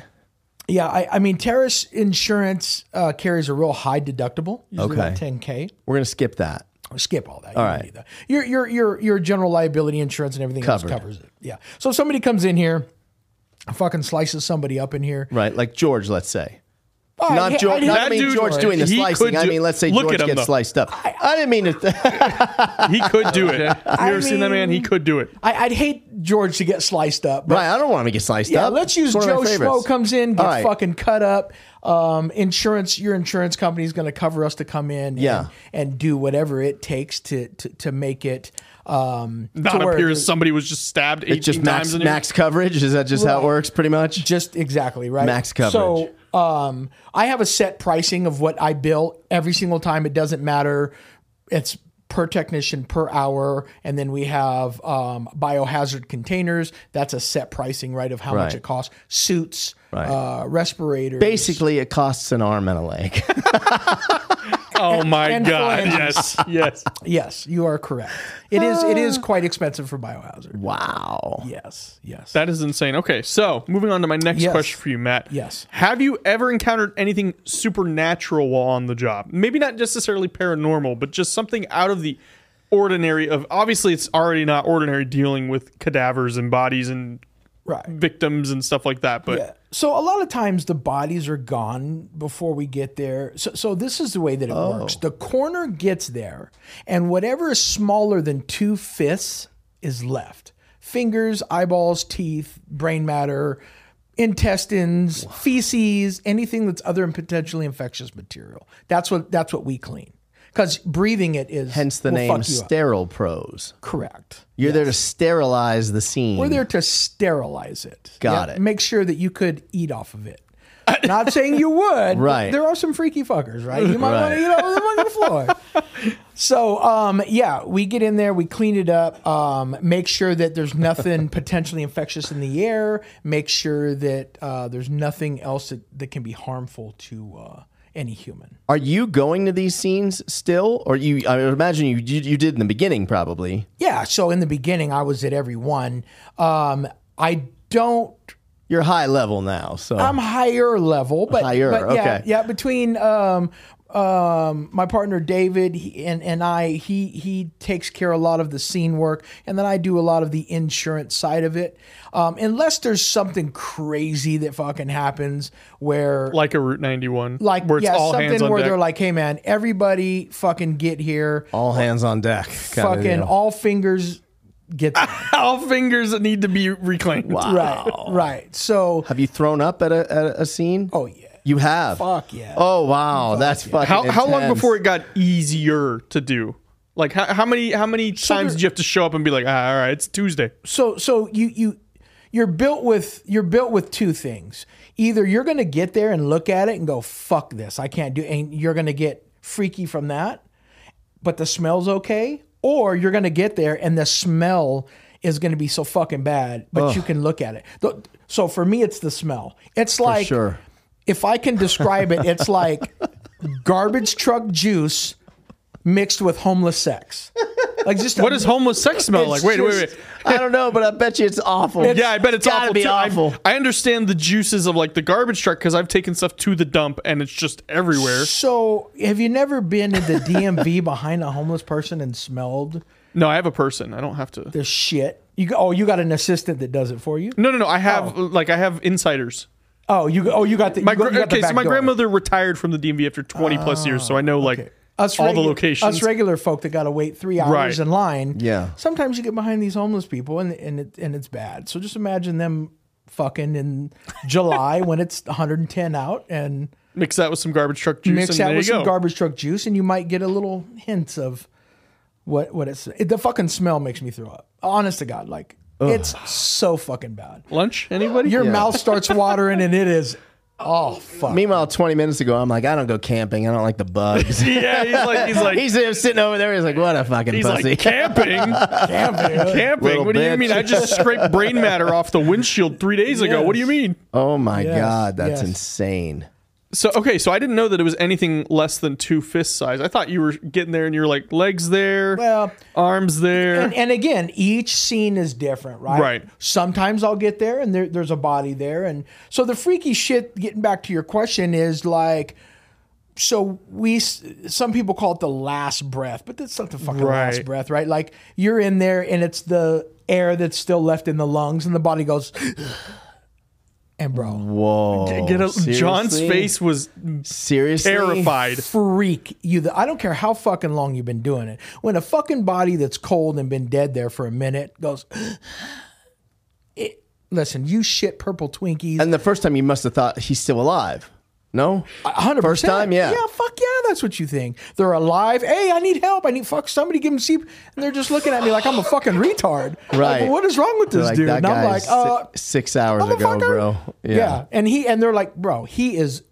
S2: Yeah, I, I mean terrorist insurance uh, carries a real high deductible, usually about
S1: Okay.
S2: 10k.
S1: We're going to skip that.
S2: skip all that. All
S1: right.
S2: Your your your your general liability insurance and everything
S1: Covered.
S2: else covers it. Yeah. So if somebody comes in here, fucking slices somebody up in here.
S1: Right. Like George, let's say.
S2: Oh, I'd
S1: Not
S2: hit-
S1: George.
S2: I'd hit
S1: Not I
S3: That
S1: mean
S3: dude,
S1: George doing the
S3: he could
S1: slicing. I
S3: do-
S1: mean, let's say
S3: Look at
S1: George
S3: him,
S1: gets
S3: though.
S1: sliced up. I didn't mean to.
S3: he could do it. you ever seen that man? He
S2: mean-
S3: could do it.
S2: I, I'd hate George to get sliced up. But
S1: right. I don't want him to get sliced
S2: yeah,
S1: up.
S2: let's use
S1: It's one of
S2: Joe
S1: my favorites.
S2: Schmo comes in, gets
S1: All right.
S2: fucking cut up. Um, insurance, your insurance company is going to cover us to come in,
S1: Yeah.
S2: and, and do whatever it takes to to, to make it um, to
S3: Not
S2: where
S3: appears somebody was just stabbed 18
S1: It's just
S3: times
S1: max,
S3: in here.
S1: max coverage. Is that just how it
S2: Right.
S1: works, pretty much?
S2: Just exactly right.
S1: Max coverage.
S2: So um, I have a set pricing of what I bill every single time. It doesn't matter. It's per technician per hour, and then we have um, biohazard containers. That's a set pricing, right, of how
S1: Right.
S2: much it costs. Suits,
S1: Right.
S2: uh, respirators,
S1: Basically, it costs an arm and a leg.
S3: Oh my
S2: and
S3: god!
S2: phalanges.
S3: Yes, yes.
S2: Yes, you are correct. It is. It
S1: Uh.
S2: is quite expensive for biohazard.
S1: wow.
S2: Yes. Yes.
S3: That is insane. Okay, so moving on to my next
S2: Yes.
S3: question for you, Matt.
S2: Yes.
S3: Have you ever encountered anything supernatural while on the job? Maybe not necessarily paranormal, but just something out of the ordinary. Of obviously, it's already not ordinary dealing with cadavers and bodies and
S2: right.
S3: victims and stuff like that. But
S2: Yeah. So a lot of times the bodies are gone before we get there. So, so this is the way that it
S1: Oh.
S2: works. The coroner gets there, and whatever is smaller than two fifths is left: fingers, eyeballs, teeth, brain matter, intestines, feces, anything that's other and potentially infectious material. That's what that's what we clean. Because breathing it is
S1: Hence the
S2: will
S1: name
S2: fuck you up.
S1: Sterile Pros.
S2: Correct.
S1: You're there to sterilize the scene.
S2: We're there to sterilize it.
S1: Mm. Got it.
S2: Make sure that you could eat off of it. Not saying you would. but
S1: Right.
S2: There are some freaky fuckers, right? You might want
S1: Right.
S2: to, you know, on the floor. So, um, yeah, we get in there, we clean it up, um, make sure that there's nothing potentially infectious in the air, make sure that uh, there's nothing else that, that can be harmful to uh, any human.
S1: Are you going to these scenes still, or you? I imagine you you, you did in the beginning probably.
S2: Yeah. So, in the beginning, I was at every one. Um, I don't
S1: You're high level now, so
S2: I'm higher level, but
S1: Higher,
S2: but yeah,
S1: okay.
S2: yeah. Between um, um, my partner David he- and and I, he he takes care of a lot of the scene work, and then I do a lot of the insurance side of it. Um, unless there's something crazy that fucking happens where
S3: like a Route 91,
S2: like
S3: where it's
S2: yeah,
S3: all hands
S2: something
S3: on
S2: where
S3: deck.
S2: they're like, hey man, everybody fucking get here,
S1: all hands on deck. kinda
S2: fucking
S1: deal.
S2: all fingers get there.
S3: all fingers that need to be reclaimed.
S2: right, right. So
S1: Have you thrown up at a, at a scene?
S2: oh yeah,
S1: you have.
S2: fuck yeah.
S1: Oh wow, that's fucking.
S3: How how long
S1: intense.
S3: before it got easier to do? Like how, how many how many times did you have to show up and be like, ah, all right, it's Tuesday.
S2: so so you you you're built with you're built with two things. Either you're going to get there and look at it and go fuck this, I can't do, and you're going to get freaky from that, but the smell's okay, or you're going to get there and the smell is going to be so fucking bad, but you can look at it. Th- So for me, it's the smell. It's like
S1: sure.
S2: if I can describe it, it's like garbage truck juice mixed with homeless sex. Like just
S3: What does homeless sex smell like?
S1: It's
S3: Wait, wait,
S1: just-
S3: wait.
S1: I don't know, but I bet you it's awful.
S3: Yeah, I bet it's
S1: gotta
S3: awful.
S1: be
S3: too. I-
S1: awful.
S3: I, understand the juices of like the garbage truck because I've taken stuff to the dump and it's just everywhere.
S2: So, have you never been in the DMV behind a homeless person and smelled
S3: No, I have a person. I don't have to.
S2: the shit? You go, oh, you got an assistant that does it for you.
S3: No, no, no. I have like I have insiders.
S2: Oh, you go- oh you got the
S3: My
S2: you go-
S3: gra-
S2: you got the
S3: okay, so
S2: back
S3: my
S2: door.
S3: grandmother retired from the DMV after 20 plus years, so I know like
S2: Us
S3: all the
S2: regu-
S3: locations.
S2: Us regular folk that got to wait three hours
S3: Right.
S2: in line.
S1: Yeah.
S2: Sometimes you get behind these homeless people and and it, and it's bad. So just imagine them fucking in July when it's 110 out and
S3: mix that with some garbage truck juice,
S2: mix
S3: and
S2: that
S3: there
S2: with
S3: you
S2: some
S3: go.
S2: garbage truck juice, and you might get a little hint of what what it's. It, the fucking smell makes me throw up. Honest to God, like it's so fucking bad.
S3: Lunch? Anybody?
S2: Your mouth starts watering, and it is. Oh fuck!
S1: Meanwhile, 20 minutes ago, I'm like, I don't go camping. I don't like the bugs.
S3: yeah, he's like he's like
S1: he's there sitting over there. He's like, what a fucking
S3: He's
S1: pussy.
S3: like camping,
S2: Damn, dude.
S3: camping.
S1: Little
S3: what do you
S1: bitch.
S3: mean? I just scraped brain matter off the windshield three days ago. What do you mean?
S1: oh my
S2: Yes,
S1: God, that's
S2: yes.
S1: insane.
S3: So okay, so I didn't know that it was anything less than two fist size. I thought you were getting there, and you're like legs there,
S2: Well,
S3: arms there.
S2: and, and again, each scene is different, right?
S3: Right.
S2: Sometimes I'll get there and there, there's a body there. And so the freaky shit, getting back to your question, is like, so we, s- some people call it the last breath, but that's not the fucking last
S3: Right.
S2: breath, right? Like you're in there and it's the air that's still left in the lungs and the body goes, and bro,
S1: Whoa.
S2: Oh,
S3: Get a,
S1: seriously?
S3: John's face was
S1: Seriously?
S3: terrified.
S2: freak you. The, I don't care how fucking long you've been doing it. When a fucking body that's cold and been dead there for a minute goes, it, listen, you shit purple Twinkies.
S1: And the first time you must have thought he's still alive. No?
S2: A hundred
S1: First
S2: percent.
S1: time, yeah.
S2: yeah, fuck yeah, that's what you think. They're alive. Hey, I need help. I need fuck somebody give them sleep, and they're just looking at me like I'm a fucking retard.
S1: Right.
S2: Like, what is wrong with this
S1: Like,
S2: dude?
S1: that
S2: And I'm
S1: guy
S2: like,
S1: is
S2: uh,
S1: si- six hours ago, "Oh,
S2: motherfucker.
S1: bro.
S2: Yeah. and he and they're like, bro, he is.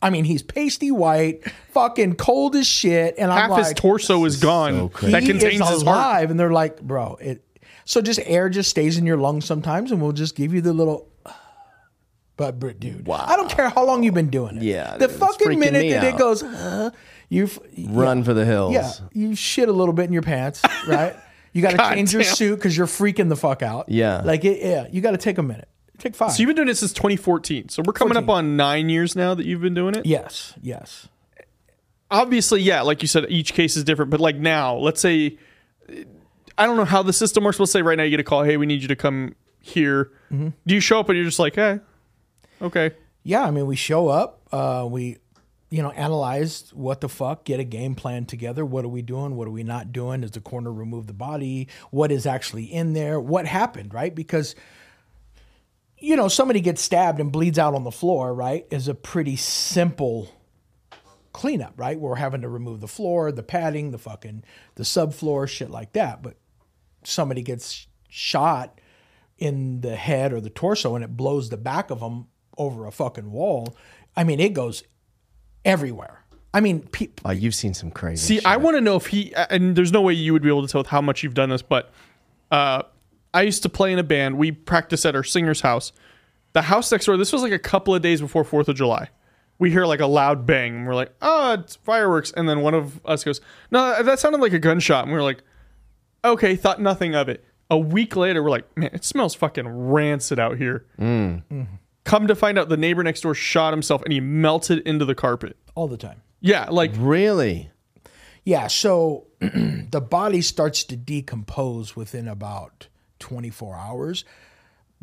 S2: I mean, he's pasty white, fucking cold as shit, and I'm
S3: Half
S2: like,
S3: his torso is gone. that
S2: he
S3: contains
S2: is
S3: his heart.
S2: alive, and they're like, bro, it. So just air just stays in your lungs sometimes, and we'll just give you the little. But, but dude, wow. I don't care how long you've been doing it.
S1: Yeah,
S2: the
S1: dude, it's freaking
S2: fucking minute
S1: me
S2: that
S1: out.
S2: it goes, uh, you f-
S1: Run for the hills.
S2: Yeah, you shit a little bit in your pants, right? You got
S3: God
S2: to change your
S3: damn.
S2: suit because you're freaking the fuck out.
S1: Yeah.
S2: like it, yeah, you got to take a minute. Take five.
S3: So you've been doing it since 2014. So we're coming up on nine years now that you've been doing it.
S2: yes, yes.
S3: obviously, yeah, like you said, each case is different. But like now, let's say, I don't know how the system works. Let's say right now you get a call, hey, we need you to come here. Do you show up and you're just like, hey, okay,
S2: yeah, I mean, we show up, uh, we, you know, analyze what the fuck, get a game plan together. What are we doing? What are we not doing? Does the corner remove the body? What is actually in there? What happened, right? Because, you know, somebody gets stabbed and bleeds out on the floor, right, is a pretty simple cleanup, right? We're having to remove the floor, the padding, the fucking, the subfloor, shit like that. But somebody gets shot in the head or the torso and it blows the back of them over a fucking wall. I mean, it goes everywhere. I mean, pe-
S1: Oh, you've seen some crazy.
S3: See,
S1: shit.
S3: I want to know if he and there's no way you would be able to tell with how much you've done this, but uh, I used to play in a band. We practiced at our singer's house. The house next door. This was like a couple of days before Fourth of July. We hear like a loud bang, and we're like, "Oh, it's fireworks!" And then one of us goes, "No, that sounded like a gunshot." And we we're like, "Okay," thought nothing of it. A week later, we're like, "Man, it smells fucking rancid out here." Come to find out, the neighbor next door shot himself, and he melted into the carpet.
S2: all the time.
S3: Yeah, like
S1: Really?
S2: Yeah, so the body starts to decompose within about 24 hours,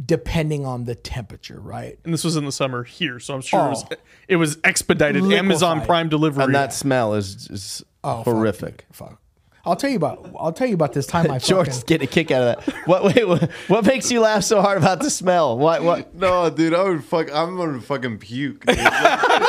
S2: depending on the temperature, right?
S3: and this was in the summer here, so I'm sure it, was,
S2: Oh.
S3: it was expedited Amazon
S2: Liquefied.
S3: Prime delivery.
S1: And that smell is, is
S2: fuck,
S1: horrific.
S2: Fuck. I'll tell you about I'll tell you about this time I
S1: George
S2: fucking,
S1: get a kick out of that. What, wait, what? What makes you laugh so hard about the smell? What? What?
S5: No, dude, I would fuck. I'm gonna fucking puke. dude.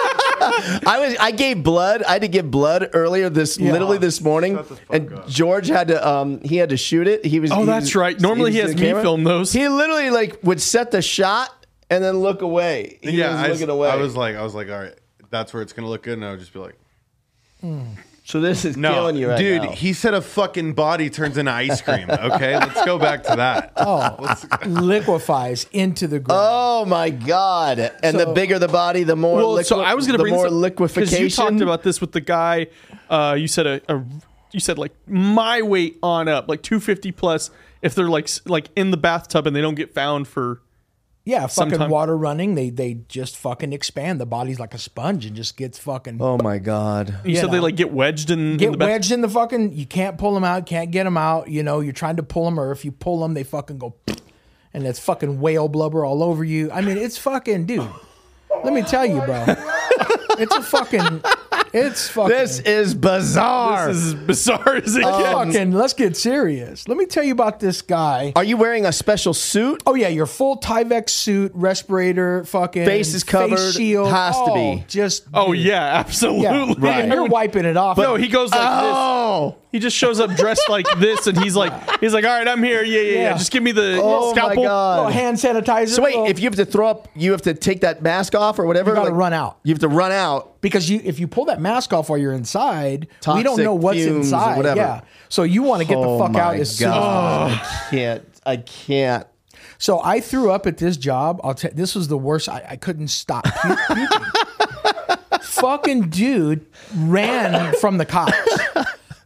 S1: I was I gave blood. I had to give blood earlier this literally this morning, and George had to um he had to shoot it. He was
S3: Oh,
S1: he
S3: that's
S1: was-
S3: right. Normally he
S1: was
S3: has
S1: the
S3: me film those.
S1: He literally like would set the shot and then look away. He
S5: yeah, I,
S1: was
S5: s-
S1: looking away.
S5: I was like, I was like, all right, that's where it's gonna look good, and I would just be like,
S1: so this is
S5: no,
S1: killing you, right
S5: dude.
S1: now.
S5: He said a fucking body turns into ice cream. Okay, let's go back to that.
S2: oh, liquefies into the ground.
S1: Oh my god! And the
S2: So-
S1: bigger the body, the more.
S3: well, so
S1: liqui-
S3: I was going to
S1: the
S3: bring
S1: more
S3: this up, 'cause
S1: liquefaction.
S3: You talked about this with the guy. Uh, you said a, a you said like my weight on up, like 250 plus. If they're like s- like in the bathtub and they don't get found for
S2: yeah, fucking
S3: sometime-
S2: water running, they they just fucking expand. The body's like a sponge and just gets fucking
S1: Oh my god!
S3: you
S2: Yeah,
S3: said they
S2: no.
S3: like get wedged in, in
S2: get
S3: the bath-
S2: wedged in the fucking you can't pull them out can't get them out you know you're trying to pull them or if you pull them they fucking go and that's fucking whale blubber all over you i mean it's fucking dude let me tell you bro it's a fucking it's fucking
S1: This is bizarre.
S3: This is bizarre as it
S1: Oh,
S3: gets.
S2: fucking let's get serious let me tell you about this guy
S1: Are you wearing a special suit?
S2: Oh yeah, your full Tyvek suit, respirator, fucking
S1: Face is covered,
S2: shield,
S1: has to
S2: oh,
S1: be.
S2: just
S3: Oh yeah,
S2: yeah,
S3: absolutely.
S1: Right.
S2: you're wiping it off.
S3: No, he goes like this.
S1: Oh,
S3: He just shows up dressed like this, and he's like, he's like, all right, I'm here. Yeah, yeah, yeah.
S2: Yeah.
S3: Just give me the
S1: oh my
S3: scalpel.
S1: god!
S2: Little hand sanitizer.
S1: So wait,
S2: little-
S1: if you have to throw up, you have to take that mask off or whatever.
S2: You gotta run out.
S1: You have to run out.
S2: because you if you pull that mask off while you're inside, we
S1: Toxic
S2: don't know what's
S1: fumes or
S2: inside.
S1: whatever.
S2: Yeah, so you want to get
S1: Oh
S2: the fuck
S1: my
S2: out as soon as
S1: God. I can't. I can't.
S2: So I threw up at this job. I'll tell this was the worst. I, I couldn't stop pu- puking. Fucking dude ran from the cops.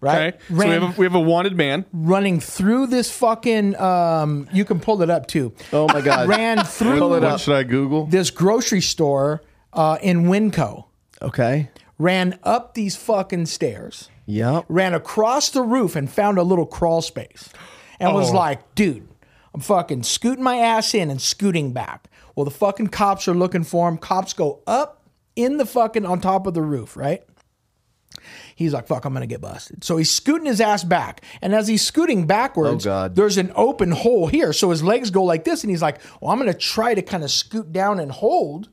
S2: Right,
S3: Okay. So we
S2: ran,
S3: have, a, we have a wanted man.
S2: running through this fucking. Um, you can pull it up too.
S1: Oh my god!
S2: Ran
S1: Pull it
S2: through
S1: up.
S5: What should I Google?
S2: this grocery store uh, in Winco.
S1: Okay.
S2: Ran up these fucking stairs.
S1: Yep.
S2: ran across the roof and found a little crawl space and was like, dude, I'm fucking scooting my ass in and scooting back. Well, the fucking cops are looking for him. Cops go up in the fucking on top of the roof, right? He's like, fuck, I'm gonna get busted. So he's scooting his ass back. And as he's scooting backwards,
S1: Oh, God.
S2: there's an open hole here. So his legs go like this, and he's like, well, I'm gonna try to kind of scoot down and hold,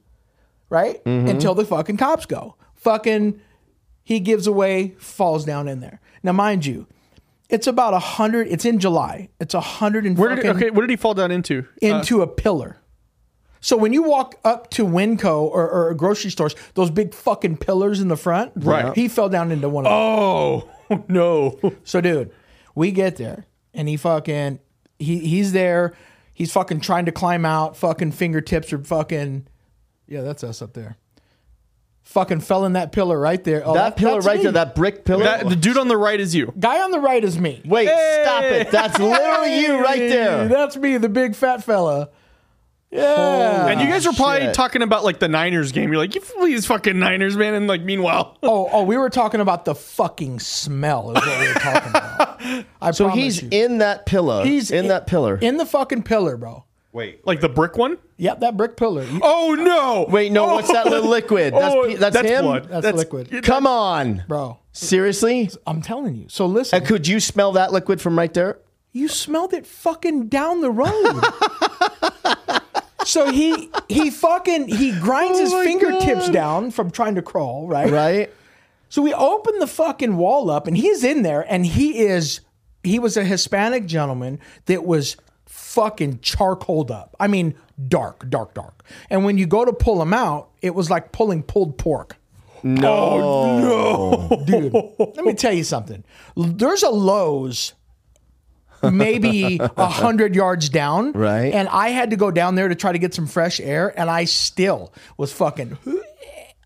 S2: right?
S1: Mm-hmm.
S2: Until the fucking cops go. Fucking he gives away, falls down in there. Now, mind you, it's about a hundred. It's in July. It's a hundred and
S3: Where did uh,
S2: fucking
S3: okay? Where did he fall down into?
S2: into a pillar. So when you walk up to Winco or, or grocery stores, those big fucking pillars in the front,
S3: Right.
S2: He fell down into one of them.
S3: oh no!
S2: So dude, we get there and he fucking he he's there. He's fucking trying to climb out. Fucking fingertips are fucking. Yeah, that's us up there. Fucking fell in that pillar right there. Oh,
S1: That pillar
S2: that's
S1: right
S2: me.
S1: there. That brick pillar.
S3: That, the dude on the right is you.
S2: guy on the right is me.
S1: wait, stop it. That's literally you right
S2: Hey,
S1: there.
S2: That's me, the big fat fella. Yeah.
S3: And you guys were probably
S1: shit.
S3: talking about like the Niners game. You're like, you please fucking Niners, man. And like, meanwhile,
S2: oh, oh, we were talking about the fucking smell. Is what we were talking about. I
S1: So
S2: promise
S1: he's
S2: you.
S1: in that pillar. He's in, that pillar.
S2: in the fucking pillar, bro.
S5: Wait,
S3: like the brick one.
S2: Yep, that brick pillar. You-
S3: Oh no!
S1: wait, no. What's that little liquid? That's
S3: Oh,
S1: pe- that's, him.
S3: blood.
S2: That's liquid.
S1: Come on,
S2: bro.
S1: Seriously?
S2: I'm telling you. So listen,
S1: And could you smell that liquid from right there?
S2: you smelled it fucking down the road. so he he fucking he grinds his
S1: Oh my
S2: fingertips
S1: God.
S2: down from trying to crawl, right?
S1: Right.
S2: So we open the fucking wall up, and he's in there, and he is he was a Hispanic gentleman that was fucking charcoaled up. I mean, dark, dark, dark. And when you go to pull them out, it was like pulling pulled pork. Oh, No, dude. Let me tell you something. There's a Lowe's maybe a hundred yards down.
S1: Right.
S2: And I had to go down there to try to get some fresh air, and I still was fucking.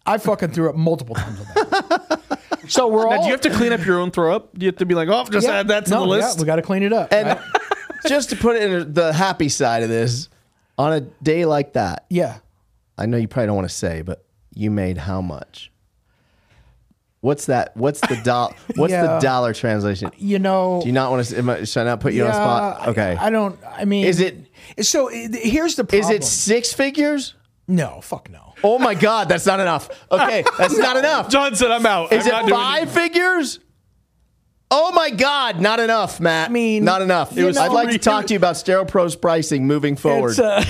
S2: I fucking threw up multiple times. on that. so we're all.
S3: Now, do you have to clean up your own throw up? Do you have to be like, oh, just
S2: Yeah,
S3: add that to
S2: no,
S3: the list?
S2: Yeah, we got to clean it up.
S1: And just to put it in the happy side of this, on a day like that,
S2: yeah.
S1: I know you probably don't want to say, but you made how much? What's that? What's the dollar? What's
S2: Yeah.
S1: the
S2: Uh,
S1: dollar translation? Do
S2: You know.
S1: you not want to? Am I, should I not put you on the spot?
S2: I-
S1: Okay.
S2: I, don't. I mean,
S1: Is it-
S2: So i- th- here's the
S1: Is
S2: problem.
S1: it six figures?
S2: no? Fuck no.
S1: Oh my God, that's not enough. Okay, that's not enough.
S3: John said, I'm out.
S1: Is
S3: I'm not
S1: it
S3: doing
S1: five figures? Oh my God, not enough, Matt. I
S2: mean,
S1: not enough.
S2: you
S1: I'd
S2: know-
S1: like to talk to you about Sterile Pro's pricing moving forward.
S2: It's, uh,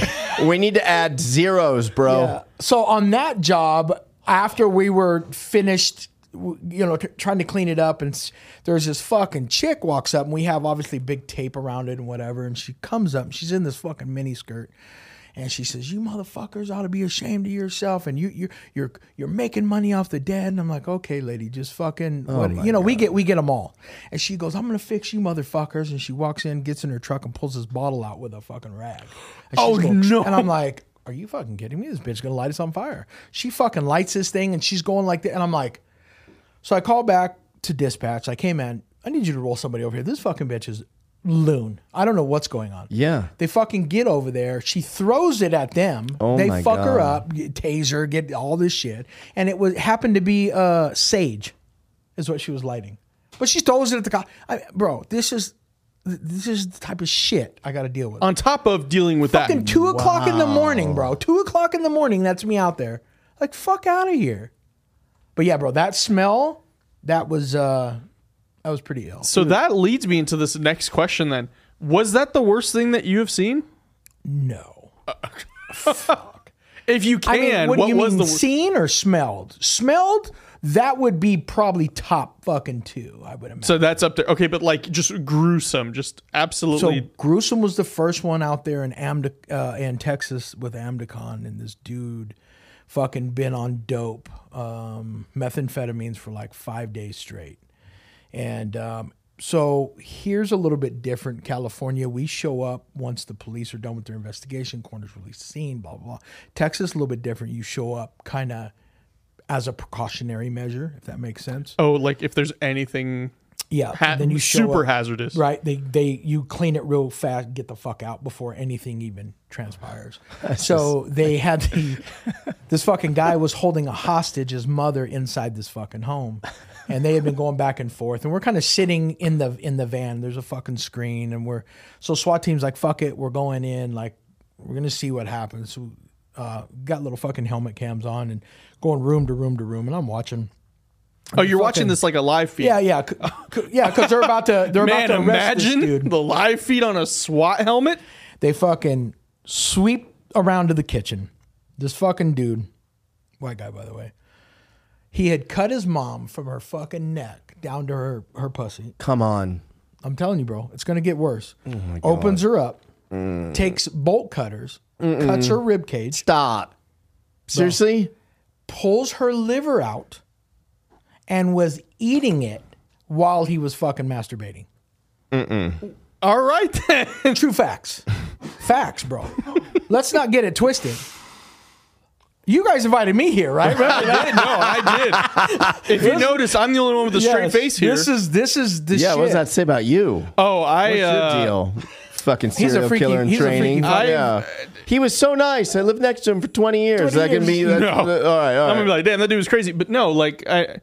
S1: we need to add zeros, bro.
S2: yeah. So on that job, after we were finished, w- you know, t- trying to clean it up, and s- there's this fucking chick walks up, and we have obviously big tape around it and whatever, and she comes up, and she's in this fucking mini skirt. And she says, "You motherfuckers ought to be ashamed of yourself, and you you you're you're making money off the dead." And I'm like, "Okay, lady, just fucking, what, you know, we get we get them all." And she goes, "I'm gonna fix you, motherfuckers." And she walks in, gets in her truck, and pulls this bottle out with a fucking rag. And
S3: Oh,
S2: she's going-
S3: no.
S2: And I'm like, "Are you fucking kidding me? This bitch gonna light us on fire." She fucking lights this thing, and she's going like that, and I'm like, so I call back to dispatch. Like, hey man, I need you to roll somebody over here. This fucking bitch is loon. I don't know what's going on.
S1: Yeah.
S2: They fucking get over there. She throws it at them.
S1: Oh,
S2: they
S1: my
S2: fuck her
S1: God.
S2: up, get- taser, get all this shit. And it was happened to be uh, sage, is what she was lighting. But she throws it at the cop. I, bro, this is th- this is the type of shit I got to deal with.
S3: On top of dealing with that.
S2: fucking two o'clock in the morning, bro. Two o'clock in the morning. That's me out there. Like fuck out of here. But yeah, bro, that smell, that was uh, that was pretty ill.
S3: So that leads me into this next question then. Was that the worst thing that you have seen?
S2: No.
S3: If you can,
S2: I mean, what,
S3: what
S2: do you
S3: was
S2: mean,
S3: the worst?
S2: seen or smelled? Smelled, that would be probably top fucking two, I would imagine.
S3: So that's up there. Okay, but like just gruesome, just
S2: So,
S3: absolutely.
S2: gruesome was the first one out there in Amd- uh, in Texas with Amdicon, and this dude fucking been on dope, um, methamphetamines for like five days straight. And um, so here's a little bit different. California, we show up once the police are done with their investigation, coroner's release the scene, blah, blah, blah. Texas, a little bit different. You show up kind of as a precautionary measure, if that makes sense.
S3: oh, like if there's anything
S2: Yeah.
S3: ha-
S2: and then you show
S3: super
S2: up-
S3: hazardous.
S2: Right. They they you clean it real fast, get the fuck out before anything even transpires. so they had the this fucking guy was holding a hostage, his mother, inside this fucking home. And they had been going back and forth. And we're kind of sitting in the in the van. There's a fucking screen and we're so SWAT team's like, fuck it, we're going in, like we're gonna see what happens. So, uh, got little fucking helmet cams on and going room to room to room and I'm watching.
S3: Oh, you're watching this like a live feed.
S2: Yeah, yeah, c- c- yeah, because they're about to they're
S3: Man,
S2: about to arrest this dude.
S3: imagine the live feed on a SWAT helmet.
S2: They fucking sweep around to the kitchen. This fucking dude, white guy by the way, he had cut his mom from her fucking neck down to her her pussy.
S1: Come on.
S2: I'm telling you, bro, it's gonna get worse. Opens her up, takes bolt cutters, cuts her rib cage,
S1: Stop. Seriously?
S2: pulls her liver out, and was eating it while he was fucking masturbating.
S3: All right then.
S2: True facts. Facts, bro. Let's not get it twisted. You guys invited me here, right? Remember that?
S3: I did. No, I did. If you notice, I'm the only one with a straight
S2: Yes.
S3: face here.
S2: This is this is this.
S1: Yeah,
S2: shit.
S1: what does that say about you?
S3: oh, I
S1: What's
S3: uh,
S1: your deal? Fucking
S2: a
S1: serial
S2: freaky-
S1: killer in
S2: he's a freaky
S1: training.
S2: fuck.
S1: yeah. He was so nice. I lived next to him for 20 years.
S2: 20
S1: that can be.
S2: years.
S1: That's,
S3: No.
S1: all right, all right.
S3: I'm gonna be like, damn, that dude was crazy. But no, like I,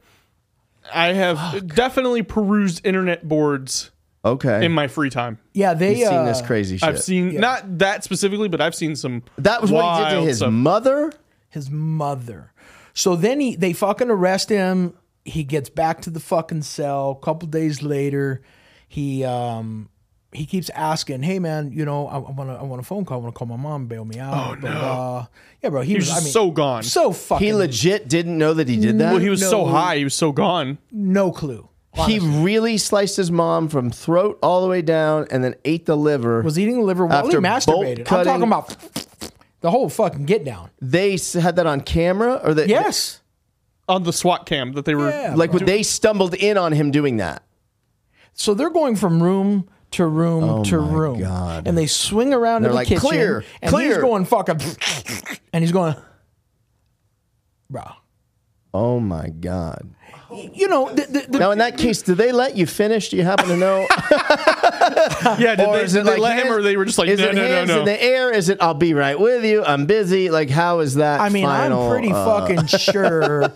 S3: I have definitely perused internet boards
S1: okay.
S3: in my free time.
S2: Yeah, they.
S1: You've seen
S2: uh,
S1: this crazy shit.
S3: I've seen not that specifically, but I've seen some.
S1: that was what he did to
S3: wild
S1: his
S3: stuff.
S1: mother.
S2: his mother. So then he they fucking arrest him. He gets back to the fucking cell. A couple days later, he um he keeps asking, "Hey man, you know, I, I want to I want a phone call. I want to call my mom, bail me out." Oh no. Yeah, bro. He,
S3: was
S2: was, I
S3: just
S2: mean,
S3: so gone.
S2: So fucking.
S1: He legit didn't know that he did that.
S3: Well, he was so
S2: No.
S3: high, he was so gone.
S2: no clue.
S1: He really sliced his mom from throat all the way down and then ate the liver.
S2: was eating liver while
S1: After
S2: he
S1: bolt
S2: masturbated. I'm
S1: cutting-
S2: talking about the whole fucking get down.
S1: they s- had that on camera or they,
S2: Yes.
S3: on the SWAT cam that they were.
S2: Yeah.
S1: like when they stumbled in on him doing that.
S2: So they're going from room to room to
S1: Oh my
S2: room,
S1: God.
S2: and they swing around
S1: They're
S2: to the
S1: like,
S2: kitchen.
S1: "Clear,
S2: and he's
S1: clear."
S2: going fucking, and he's going, bruh.
S1: Oh my god.
S2: You know, the, the, the,
S1: Now in that case, do they let you finish? Do you happen to know?
S3: Yeah, did they, did they let him,
S1: hands-
S3: or they were just like,
S1: is
S3: no,
S1: it
S3: no, no,
S1: hands
S3: no.
S1: in the air? Is it I'll be right with you? I'm busy. Like how is that?
S2: I mean,
S1: final,
S2: I'm pretty
S1: uh,
S2: fucking sure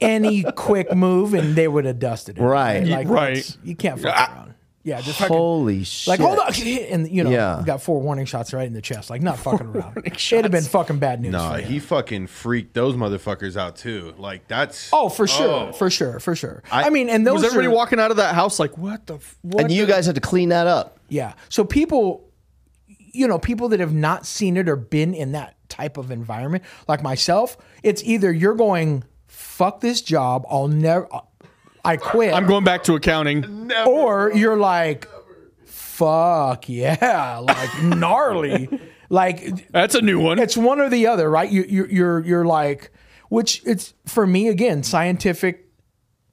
S2: any quick move, and they would have dusted it.
S1: Right.
S2: like,
S3: Right.
S2: that's- You can't fuck around. Yeah, just fucking
S1: Holy shit.
S2: Like, hold on. And, you know,
S1: Yeah.
S2: you got four warning shots right in the chest. Like, not fucking around. It'd have been fucking bad news.
S5: Nah,
S2: for you.
S5: he fucking freaked those motherfuckers out too. Like that's
S2: Oh, for sure.
S5: Oh.
S2: For sure. For sure. I, mean, and those
S3: Was everybody
S2: are,
S3: walking out of that house like, what the? f- What
S1: And you
S3: the-
S1: guys had to clean that up.
S2: Yeah. So people, you know, people that have not seen it or been in that type of environment, like myself, it's either you're going, fuck this job. I'll never, I quit.
S3: I'm going back to accounting.
S2: or you're like, fuck yeah. Like, gnarly. like,
S3: That's a new one.
S2: it's one or the other, right? You, you you're you're like, which it's for me again, scientific,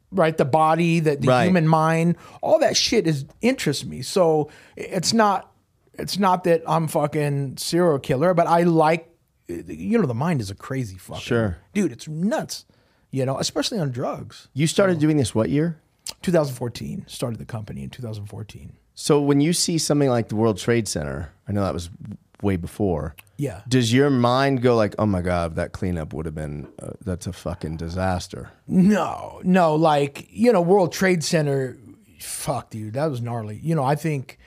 S2: right? The body, the, the
S1: Right.
S2: human mind, all that shit is interests me. So it's not it's not that I'm fucking serial killer, but I like, you know, the mind is a crazy fucking
S1: Sure.
S2: dude. It's nuts, you know, especially on drugs.
S1: You
S3: Oh.
S1: started doing this what year?
S2: 2014 started the company in 2014.
S1: So when you see something like the World Trade Center, I know that was way before.
S2: Yeah.
S1: Does your mind go like, "Oh my god, that cleanup would have been uh, that's a fucking disaster."
S2: No, no, like you know, World Trade Center. Fuck, dude, that was gnarly. You know, I think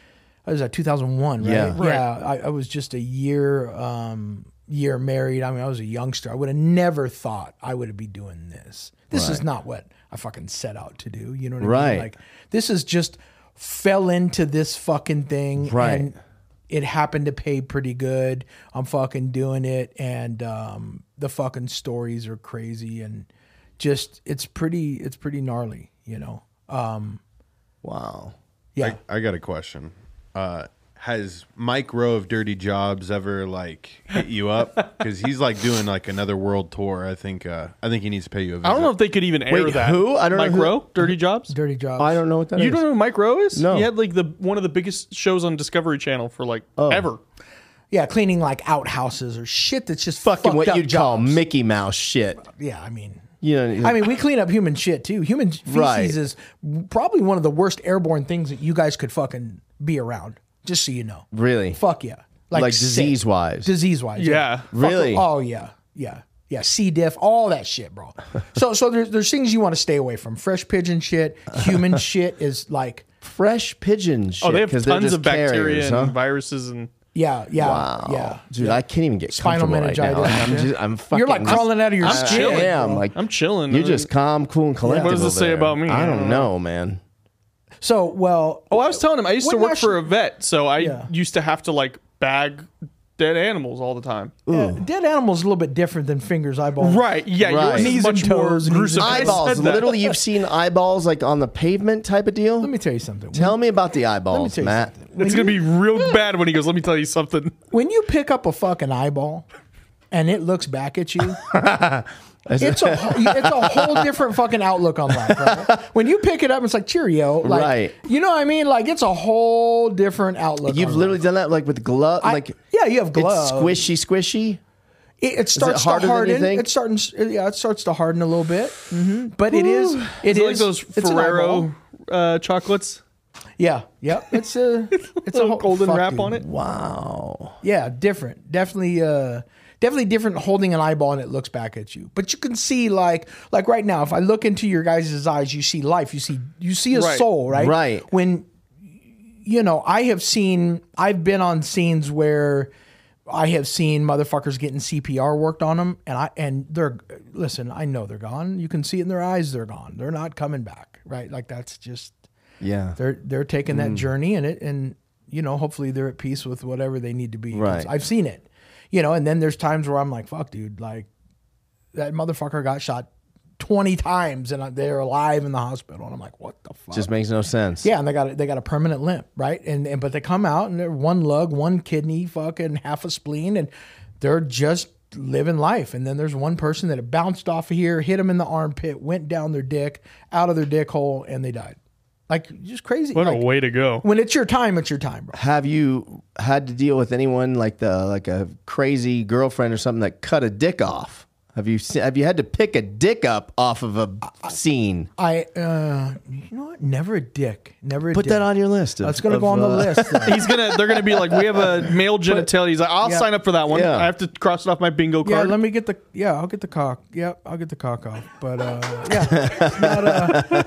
S2: I was at 2001, right?
S1: Yeah. Right.
S2: yeah I, I was just a year, um, year married. I mean, I was a youngster. I would have never thought I would be doing this. This is not what I fucking set out to do. You know what I
S1: Right.
S2: mean? Like, this is just fell into this fucking thing,
S1: Right.
S2: And it happened to pay pretty good. I'm fucking doing it, and um, the fucking stories are crazy, and just it's pretty, it's pretty gnarly, you know. Um,
S1: Wow.
S2: yeah,
S5: I, I got a question. Uh, has Mike Rowe of Dirty Jobs ever like hit you up? Because he's like doing like another world tour. I think uh, I think he needs to pay you a visit.
S3: I don't know if they could even air
S1: Wait,
S3: that.
S1: who? I don't know
S3: Mike
S1: who-
S3: Rowe, Dirty Jobs.
S2: dirty jobs.
S1: I don't know what that is.
S3: You don't know who Mike Rowe is?
S1: No.
S3: He had like the one of the biggest shows on Discovery Channel for like
S1: Oh.
S3: ever.
S2: Yeah, cleaning like outhouses or shit that's just
S1: fucking
S2: fucked
S1: what
S2: up
S1: you'd call
S2: jobs.
S1: Mickey Mouse shit.
S2: Yeah, I mean.
S1: You know,
S2: I mean, we clean up human shit too. Human feces
S1: Right.
S2: is probably one of the worst airborne things that you guys could fucking be around. Just so you know,
S1: really.
S2: fuck yeah,
S1: Like
S2: sick.
S1: disease-wise?
S2: disease-wise,
S3: Yeah.
S2: Fuck-
S1: Really?
S2: oh yeah, yeah, yeah. C diff, all that shit, bro. so, so there's there's things you want to stay away from. Fresh pigeon shit, human shit is like,
S1: Fresh pigeon shit.
S3: Oh, they have
S1: 'cause they're
S3: tons
S1: just
S3: of bacteria
S1: carriers,
S3: and
S1: huh?
S3: viruses and
S2: yeah, yeah,
S1: Wow.
S2: yeah.
S1: Dude, I can't even get
S2: Spinal
S1: comfortable right now.
S2: meningitis.
S1: Like, I'm, just, I'm fucking.
S2: You're like crawling out of your
S3: I'm
S2: skin.
S3: chilling.
S1: I am.
S2: bro.
S1: Like,
S3: I'm chilling.
S1: You're just calm, cool, and collected.
S3: What does it
S1: over
S3: say
S1: there.
S3: about me?
S1: I
S3: I
S1: don't
S3: don't
S1: know, man.
S2: so well.
S3: Oh, I was telling him I used to
S2: What
S3: work
S2: nation-
S3: for a vet, so I
S2: Yeah.
S3: used to have to like bag dead animals all the time.
S2: Yeah, uh, dead animals a little bit different than fingers, eyeballs.
S3: Right. Yeah.
S1: Right.
S3: Yours is
S2: Knees and
S3: much more
S2: toes, knees and
S3: gruesome. I
S1: Eyeballs.
S3: said that.
S1: Literally, you've seen eyeballs like on the pavement type of deal.
S2: Let me tell you something.
S1: Tell me about the eyeballs,
S2: tell you
S1: Matt.
S3: It's gonna be real bad when he goes. Let me tell you something.
S2: when you pick up a fucking eyeball and it looks back at you, it's a whole- it's a whole different fucking outlook on life. Right? When you pick it up, it's like Cheerio, like,
S1: Right.
S2: You know what I mean? Like it's a whole different outlook.
S1: You've
S2: on
S1: literally done that like with glove.
S2: life.
S1: Like
S2: yeah, you have gloves.
S1: it's squishy, squishy.
S2: It, it starts
S1: harder
S2: to
S1: than you
S2: harden.
S1: think?
S2: It's starting. Yeah, it starts to harden a little bit. hmm But it is. It is
S3: Is it like those
S2: it's an eyeball.
S3: Ferrero uh, chocolates?
S2: Yeah. Yep. It's a. It's a
S3: Little
S2: whole,
S3: golden
S2: fuck,
S3: wrap
S2: dude.
S3: on it.
S1: Wow.
S2: Yeah, different. Definitely uh definitely different holding an eyeball and it looks back at you. But you can see like like right now if I look into your guys' eyes, you see life, you see you see a
S3: Right.
S2: soul, right?
S1: Right.
S2: When you know, I have seen I've been on scenes where I have seen motherfuckers getting CPR worked on them and I and they're listen, I know they're gone. You can see it in their eyes they're gone. They're not coming back, right? Like that's just
S1: Yeah. Mm.
S2: they're they're taking that journey and it and you know hopefully they're at peace with whatever they need to be 'Cause
S1: Right.
S2: i've seen it you know and then there's times where i'm like fuck dude like that motherfucker got shot twenty times, and I- they're alive in the hospital. And I'm like, what the fuck?
S1: Just makes no sense.
S2: yeah, and they got a, they got a permanent limp, right? And, and but they come out and they're one lug, one kidney, fucking half a spleen, and they're just living life. And then there's one person that it bounced off of here, hit them in the armpit, went down their dick, out of their dick hole, and they died. Like just crazy.
S3: What
S2: Like,
S3: a way to go.
S2: when it's your time, it's your time, bro.
S1: Have you had to deal with anyone like the like a crazy girlfriend or something that cut a dick off? Have you se- have you had to pick a dick up off of a scene?
S2: I uh, you know what? Never a dick. Never a
S1: Put
S2: dick.
S1: that on your list. Of,
S2: That's gonna go
S1: of,
S2: on the
S1: uh,
S2: list. then.
S3: He's gonna. They're gonna be like, we have a male genitalia. He's like, I'll
S2: Yeah.
S3: sign up for that one.
S1: Yeah.
S3: I have to cross it off my bingo
S2: Yeah,
S3: card.
S2: let me get the yeah. I'll get the cock. Yeah, I'll get the cock off. But uh, yeah, it's not,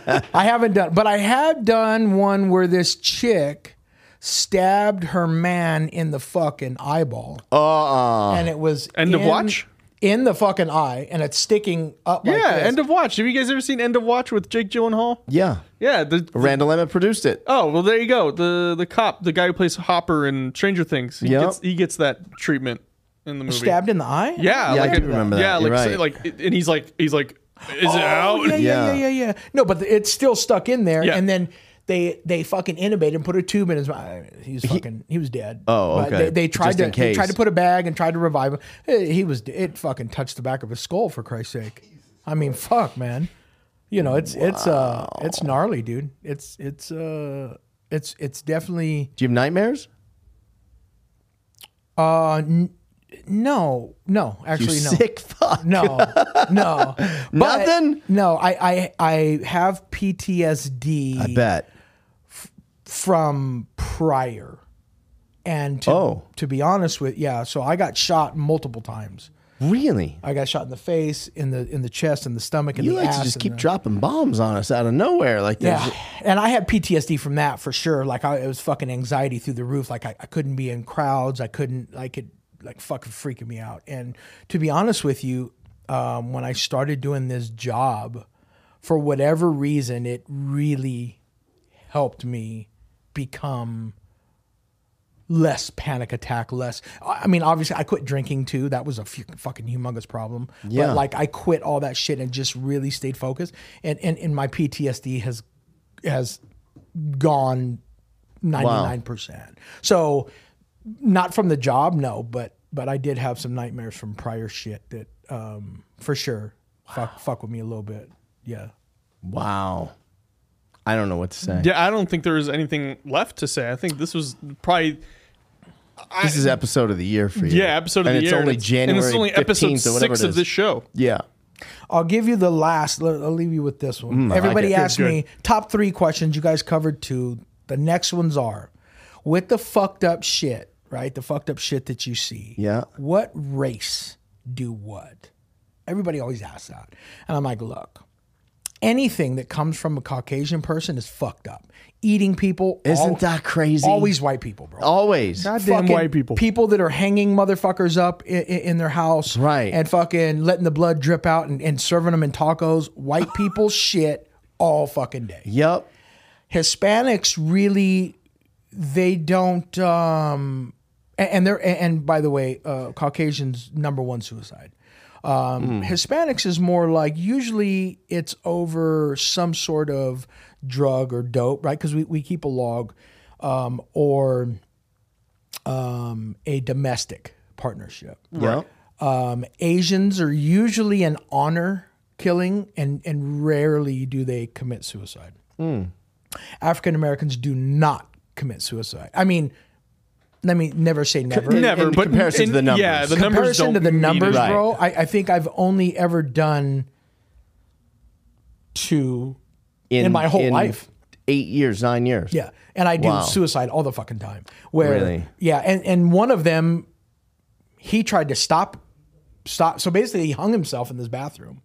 S2: uh, I haven't done. But I have done one where this chick stabbed her man in the fucking eyeball,
S3: uh,
S1: Uh-uh.
S2: and it was
S3: End of
S2: in-
S3: watch?
S2: in the fucking eye, and it's sticking up. like
S3: yeah,
S2: this.
S3: End of Watch. Have you guys ever seen End of Watch with Jake Gyllenhaal?
S1: Yeah.
S3: Yeah. The,
S1: Randall Emmett produced it.
S3: oh well, there you go. The the cop, the guy who plays Hopper in Stranger Things. He,
S1: Yep.
S3: gets, he gets that treatment in the movie.
S2: stabbed in the eye.
S3: Yeah,
S1: Yeah, I
S3: like
S1: do remember that.
S3: Yeah,
S1: You're
S3: like so-
S1: right.
S3: like, and he's like he's like, is
S2: Oh,
S3: it out?
S2: yeah, yeah, yeah, yeah, yeah. No, but it's still stuck in there,
S3: Yeah.
S2: and then. They, they fucking innovated and put a tube in his mouth. He was fucking he was dead.
S1: Oh,
S2: But
S1: okay.
S2: they, they tried
S1: Just in
S2: to they tried
S1: case.
S2: to put a bag and tried to revive him. Eh, He was it fucking touched the back of his skull for Christ's sake. I mean, fuck, man. You know it's it's uh it's gnarly, dude. It's it's uh it's it's definitely
S1: Do you have nightmares?
S2: uh n- no no
S1: You
S2: actually no
S1: sick fuck.
S2: no, no. But-
S1: Nothing?
S2: No, I, I I have PTSD
S1: I bet.
S2: from prior. And to,
S1: Oh.
S2: to be honest with yeah, so I got shot multiple times.
S1: Really?
S2: I got shot in the face, in the in the chest, in the stomach, in
S1: You
S2: the
S1: like
S2: ass.
S1: to just
S2: and
S1: keep
S2: the-
S1: dropping bombs on us out of nowhere. Like there's
S2: yeah, and I had PTSD from that for sure. Like I, it was fucking anxiety through the roof. Like I, I couldn't be in crowds. I couldn't. Like it, like fucking freaking me out. And to be honest with you, um, when I started doing this job, for whatever reason, it really helped me become less panic attack, less. I I mean, obviously, I quit drinking too. That was a fu- fucking humongous problem.
S1: Yeah.
S2: But like, I quit all that shit and just really stayed focused. And and, and my PTSD has has gone ninety nine percent. So not from the job, no, but but I did have some nightmares from prior shit that um, for sure fuck fuck with me a little bit. Yeah.
S1: wow. I don't know what to say.
S3: Yeah, I don't think there is anything left to say. I think this was probably
S1: This is episode of the year for you.
S3: yeah episode of
S1: and
S3: the
S1: it's
S3: year.
S1: Only
S3: and it's-
S1: January
S3: and it's only
S1: 15th
S3: episode
S1: or whatever
S3: six
S1: it
S3: of
S1: is.
S3: this show.
S1: Yeah.
S2: I'll give you the last. I'll I'll leave you with this one.
S1: Mm, I like
S2: Everybody
S1: it. Good,
S2: asked me top three questions. You guys covered two. The next ones are with the fucked up shit, right? The fucked up shit that you see.
S1: Yeah.
S2: What race do what? Everybody always asks that. And I'm like, look, anything that comes from a Caucasian person is fucked up. Eating people.
S1: Isn't that crazy?
S2: Always white people, bro
S1: Always.
S3: Goddamn
S2: fucking
S3: white people.
S2: People that are hanging motherfuckers up in, in their house.
S1: Right.
S2: And fucking letting the blood drip out and, and serving them in tacos. White people shit all fucking day.
S1: Yep.
S2: Hispanics really, they don't, um, and, and they're, and, and by the way, uh, Caucasians, number one suicide.
S3: Hmm.
S2: Um, Hispanics is more like usually it's over some sort of drug or dope, right? Because we, we keep a log um, or um, a domestic partnership.
S1: Yep.
S2: Um, Asians are usually an honor killing, and and rarely do they commit suicide.
S3: Hmm.
S2: African Americans do not commit suicide. I mean, let me never say never.
S3: Never,
S1: in
S3: but
S1: comparison to the numbers.
S3: yeah, the numbers
S2: comparison
S3: don't
S2: to the
S3: mean
S2: numbers,
S3: anything.
S1: Right.
S2: bro. I, I think I've only ever done two in, my whole life.
S1: Eight years, nine years.
S2: Yeah, and I do
S1: Wow.
S2: suicide all the fucking time. Where
S1: Really?
S2: yeah, and and one of them, he tried to stop, stop. So basically, he hung himself in this bathroom,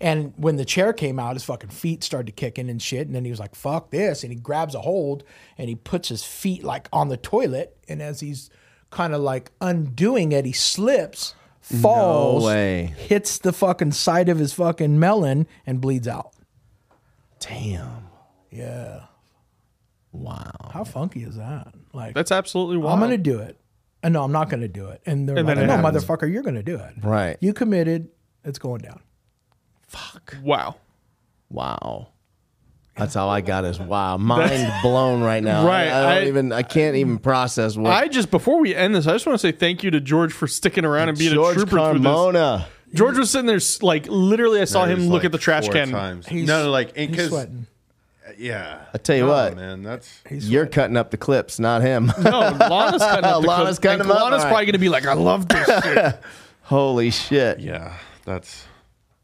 S2: and when the chair came out, his fucking feet started kicking and shit. And then he was like, "Fuck this!" And he grabs a hold and he puts his feet like on the toilet. And as he's kind of like undoing it, he slips, falls,
S1: way.
S2: hits the fucking side of his fucking melon, and bleeds out.
S1: Damn.
S2: Yeah,
S1: Wow.
S2: how funky is that? Like
S3: That's absolutely wild.
S2: I'm going to do it. And no, I'm not going to do it. And they're
S3: And
S2: like,
S3: then it
S2: no,
S3: happens.
S2: motherfucker, you're going to do it.
S1: Right.
S2: You committed. It's going down.
S1: Fuck.
S3: Wow.
S1: Wow. That's all I got is wow. Mind blown right now.
S3: Right,
S1: I, I don't
S3: I-
S1: even. I can't even process what.
S3: I just before we end this, I just want to say thank you to George for sticking around and being
S1: George
S3: a trooper through this.
S1: Carmona.
S3: George was sitting there s- like literally. I saw
S5: It
S3: him
S5: was
S3: look
S5: like
S3: at the trash
S5: four
S3: can.
S5: Times.
S2: He's-
S5: No, no, like
S2: He's
S5: because
S2: sweating.
S5: yeah.
S1: I tell you
S5: Oh,
S1: what.
S5: man, that's
S1: You're cutting up the clips, not him.
S3: No, Oh, Lana's cutting up the
S1: Lana's
S3: clip,
S1: cutting
S3: and
S1: them up,
S3: Lana's
S1: all right.
S3: probably going to be like, "I love this." shit."
S1: Holy shit!
S5: yeah, that's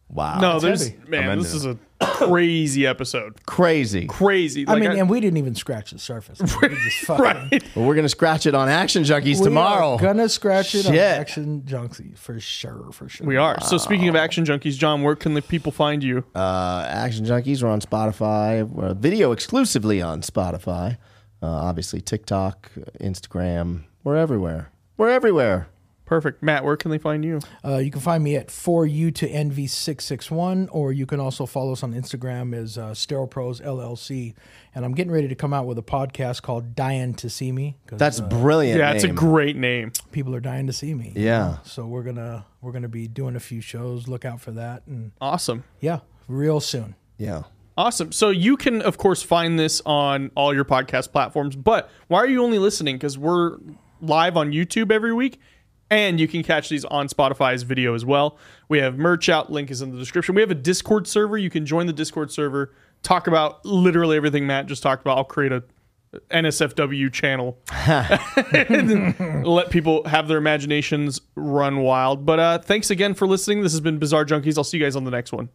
S1: Wow.
S3: no, there's
S2: heavy.
S3: man,
S5: I'm
S3: this is
S5: into
S3: a crazy episode.
S1: crazy.
S3: Crazy.
S2: I
S3: Like,
S2: mean, and we didn't even scratch the surface. We just fucking,
S3: right.
S1: Well, we're gonna scratch it on Action Junkies
S2: We are
S1: tomorrow.
S2: gonna scratch it on
S1: Shit.
S2: Action Junkie for sure, for sure.
S3: We are. So speaking of action junkies, John, where can the people find you?
S1: Uh, Action Junkies are on Spotify. We're video exclusively on Spotify. Uh, obviously, TikTok, Instagram. We're everywhere. We're everywhere.
S3: Perfect. Matt, where can they find you?
S2: Uh, you can find me at for you to nv six six one, or you can also follow us on Instagram as uh, Sterile Pros LLC. And I'm getting ready to come out with a podcast called "Dying to See Me" because
S1: That's brilliant.
S3: Yeah, it's a
S1: name.
S3: great name.
S2: people are dying to see me.
S1: Yeah.
S2: So we're gonna we're gonna be doing a few shows. Look out for that, and
S3: Awesome.
S2: yeah, real soon.
S1: Yeah.
S3: Awesome. So you can, of course, find this on all your podcast platforms. But why are you only listening? Because we're live on YouTube every week, and you can catch these on Spotify's video as well. We have merch out. Link is in the description. We have a Discord server. You can join the Discord server. Talk about literally everything Matt just talked about. I'll create a NSFW channel. Let people have their imaginations run wild. But uh, thanks again for listening. This has been Bizarre Junkies. I'll see you guys on the next one.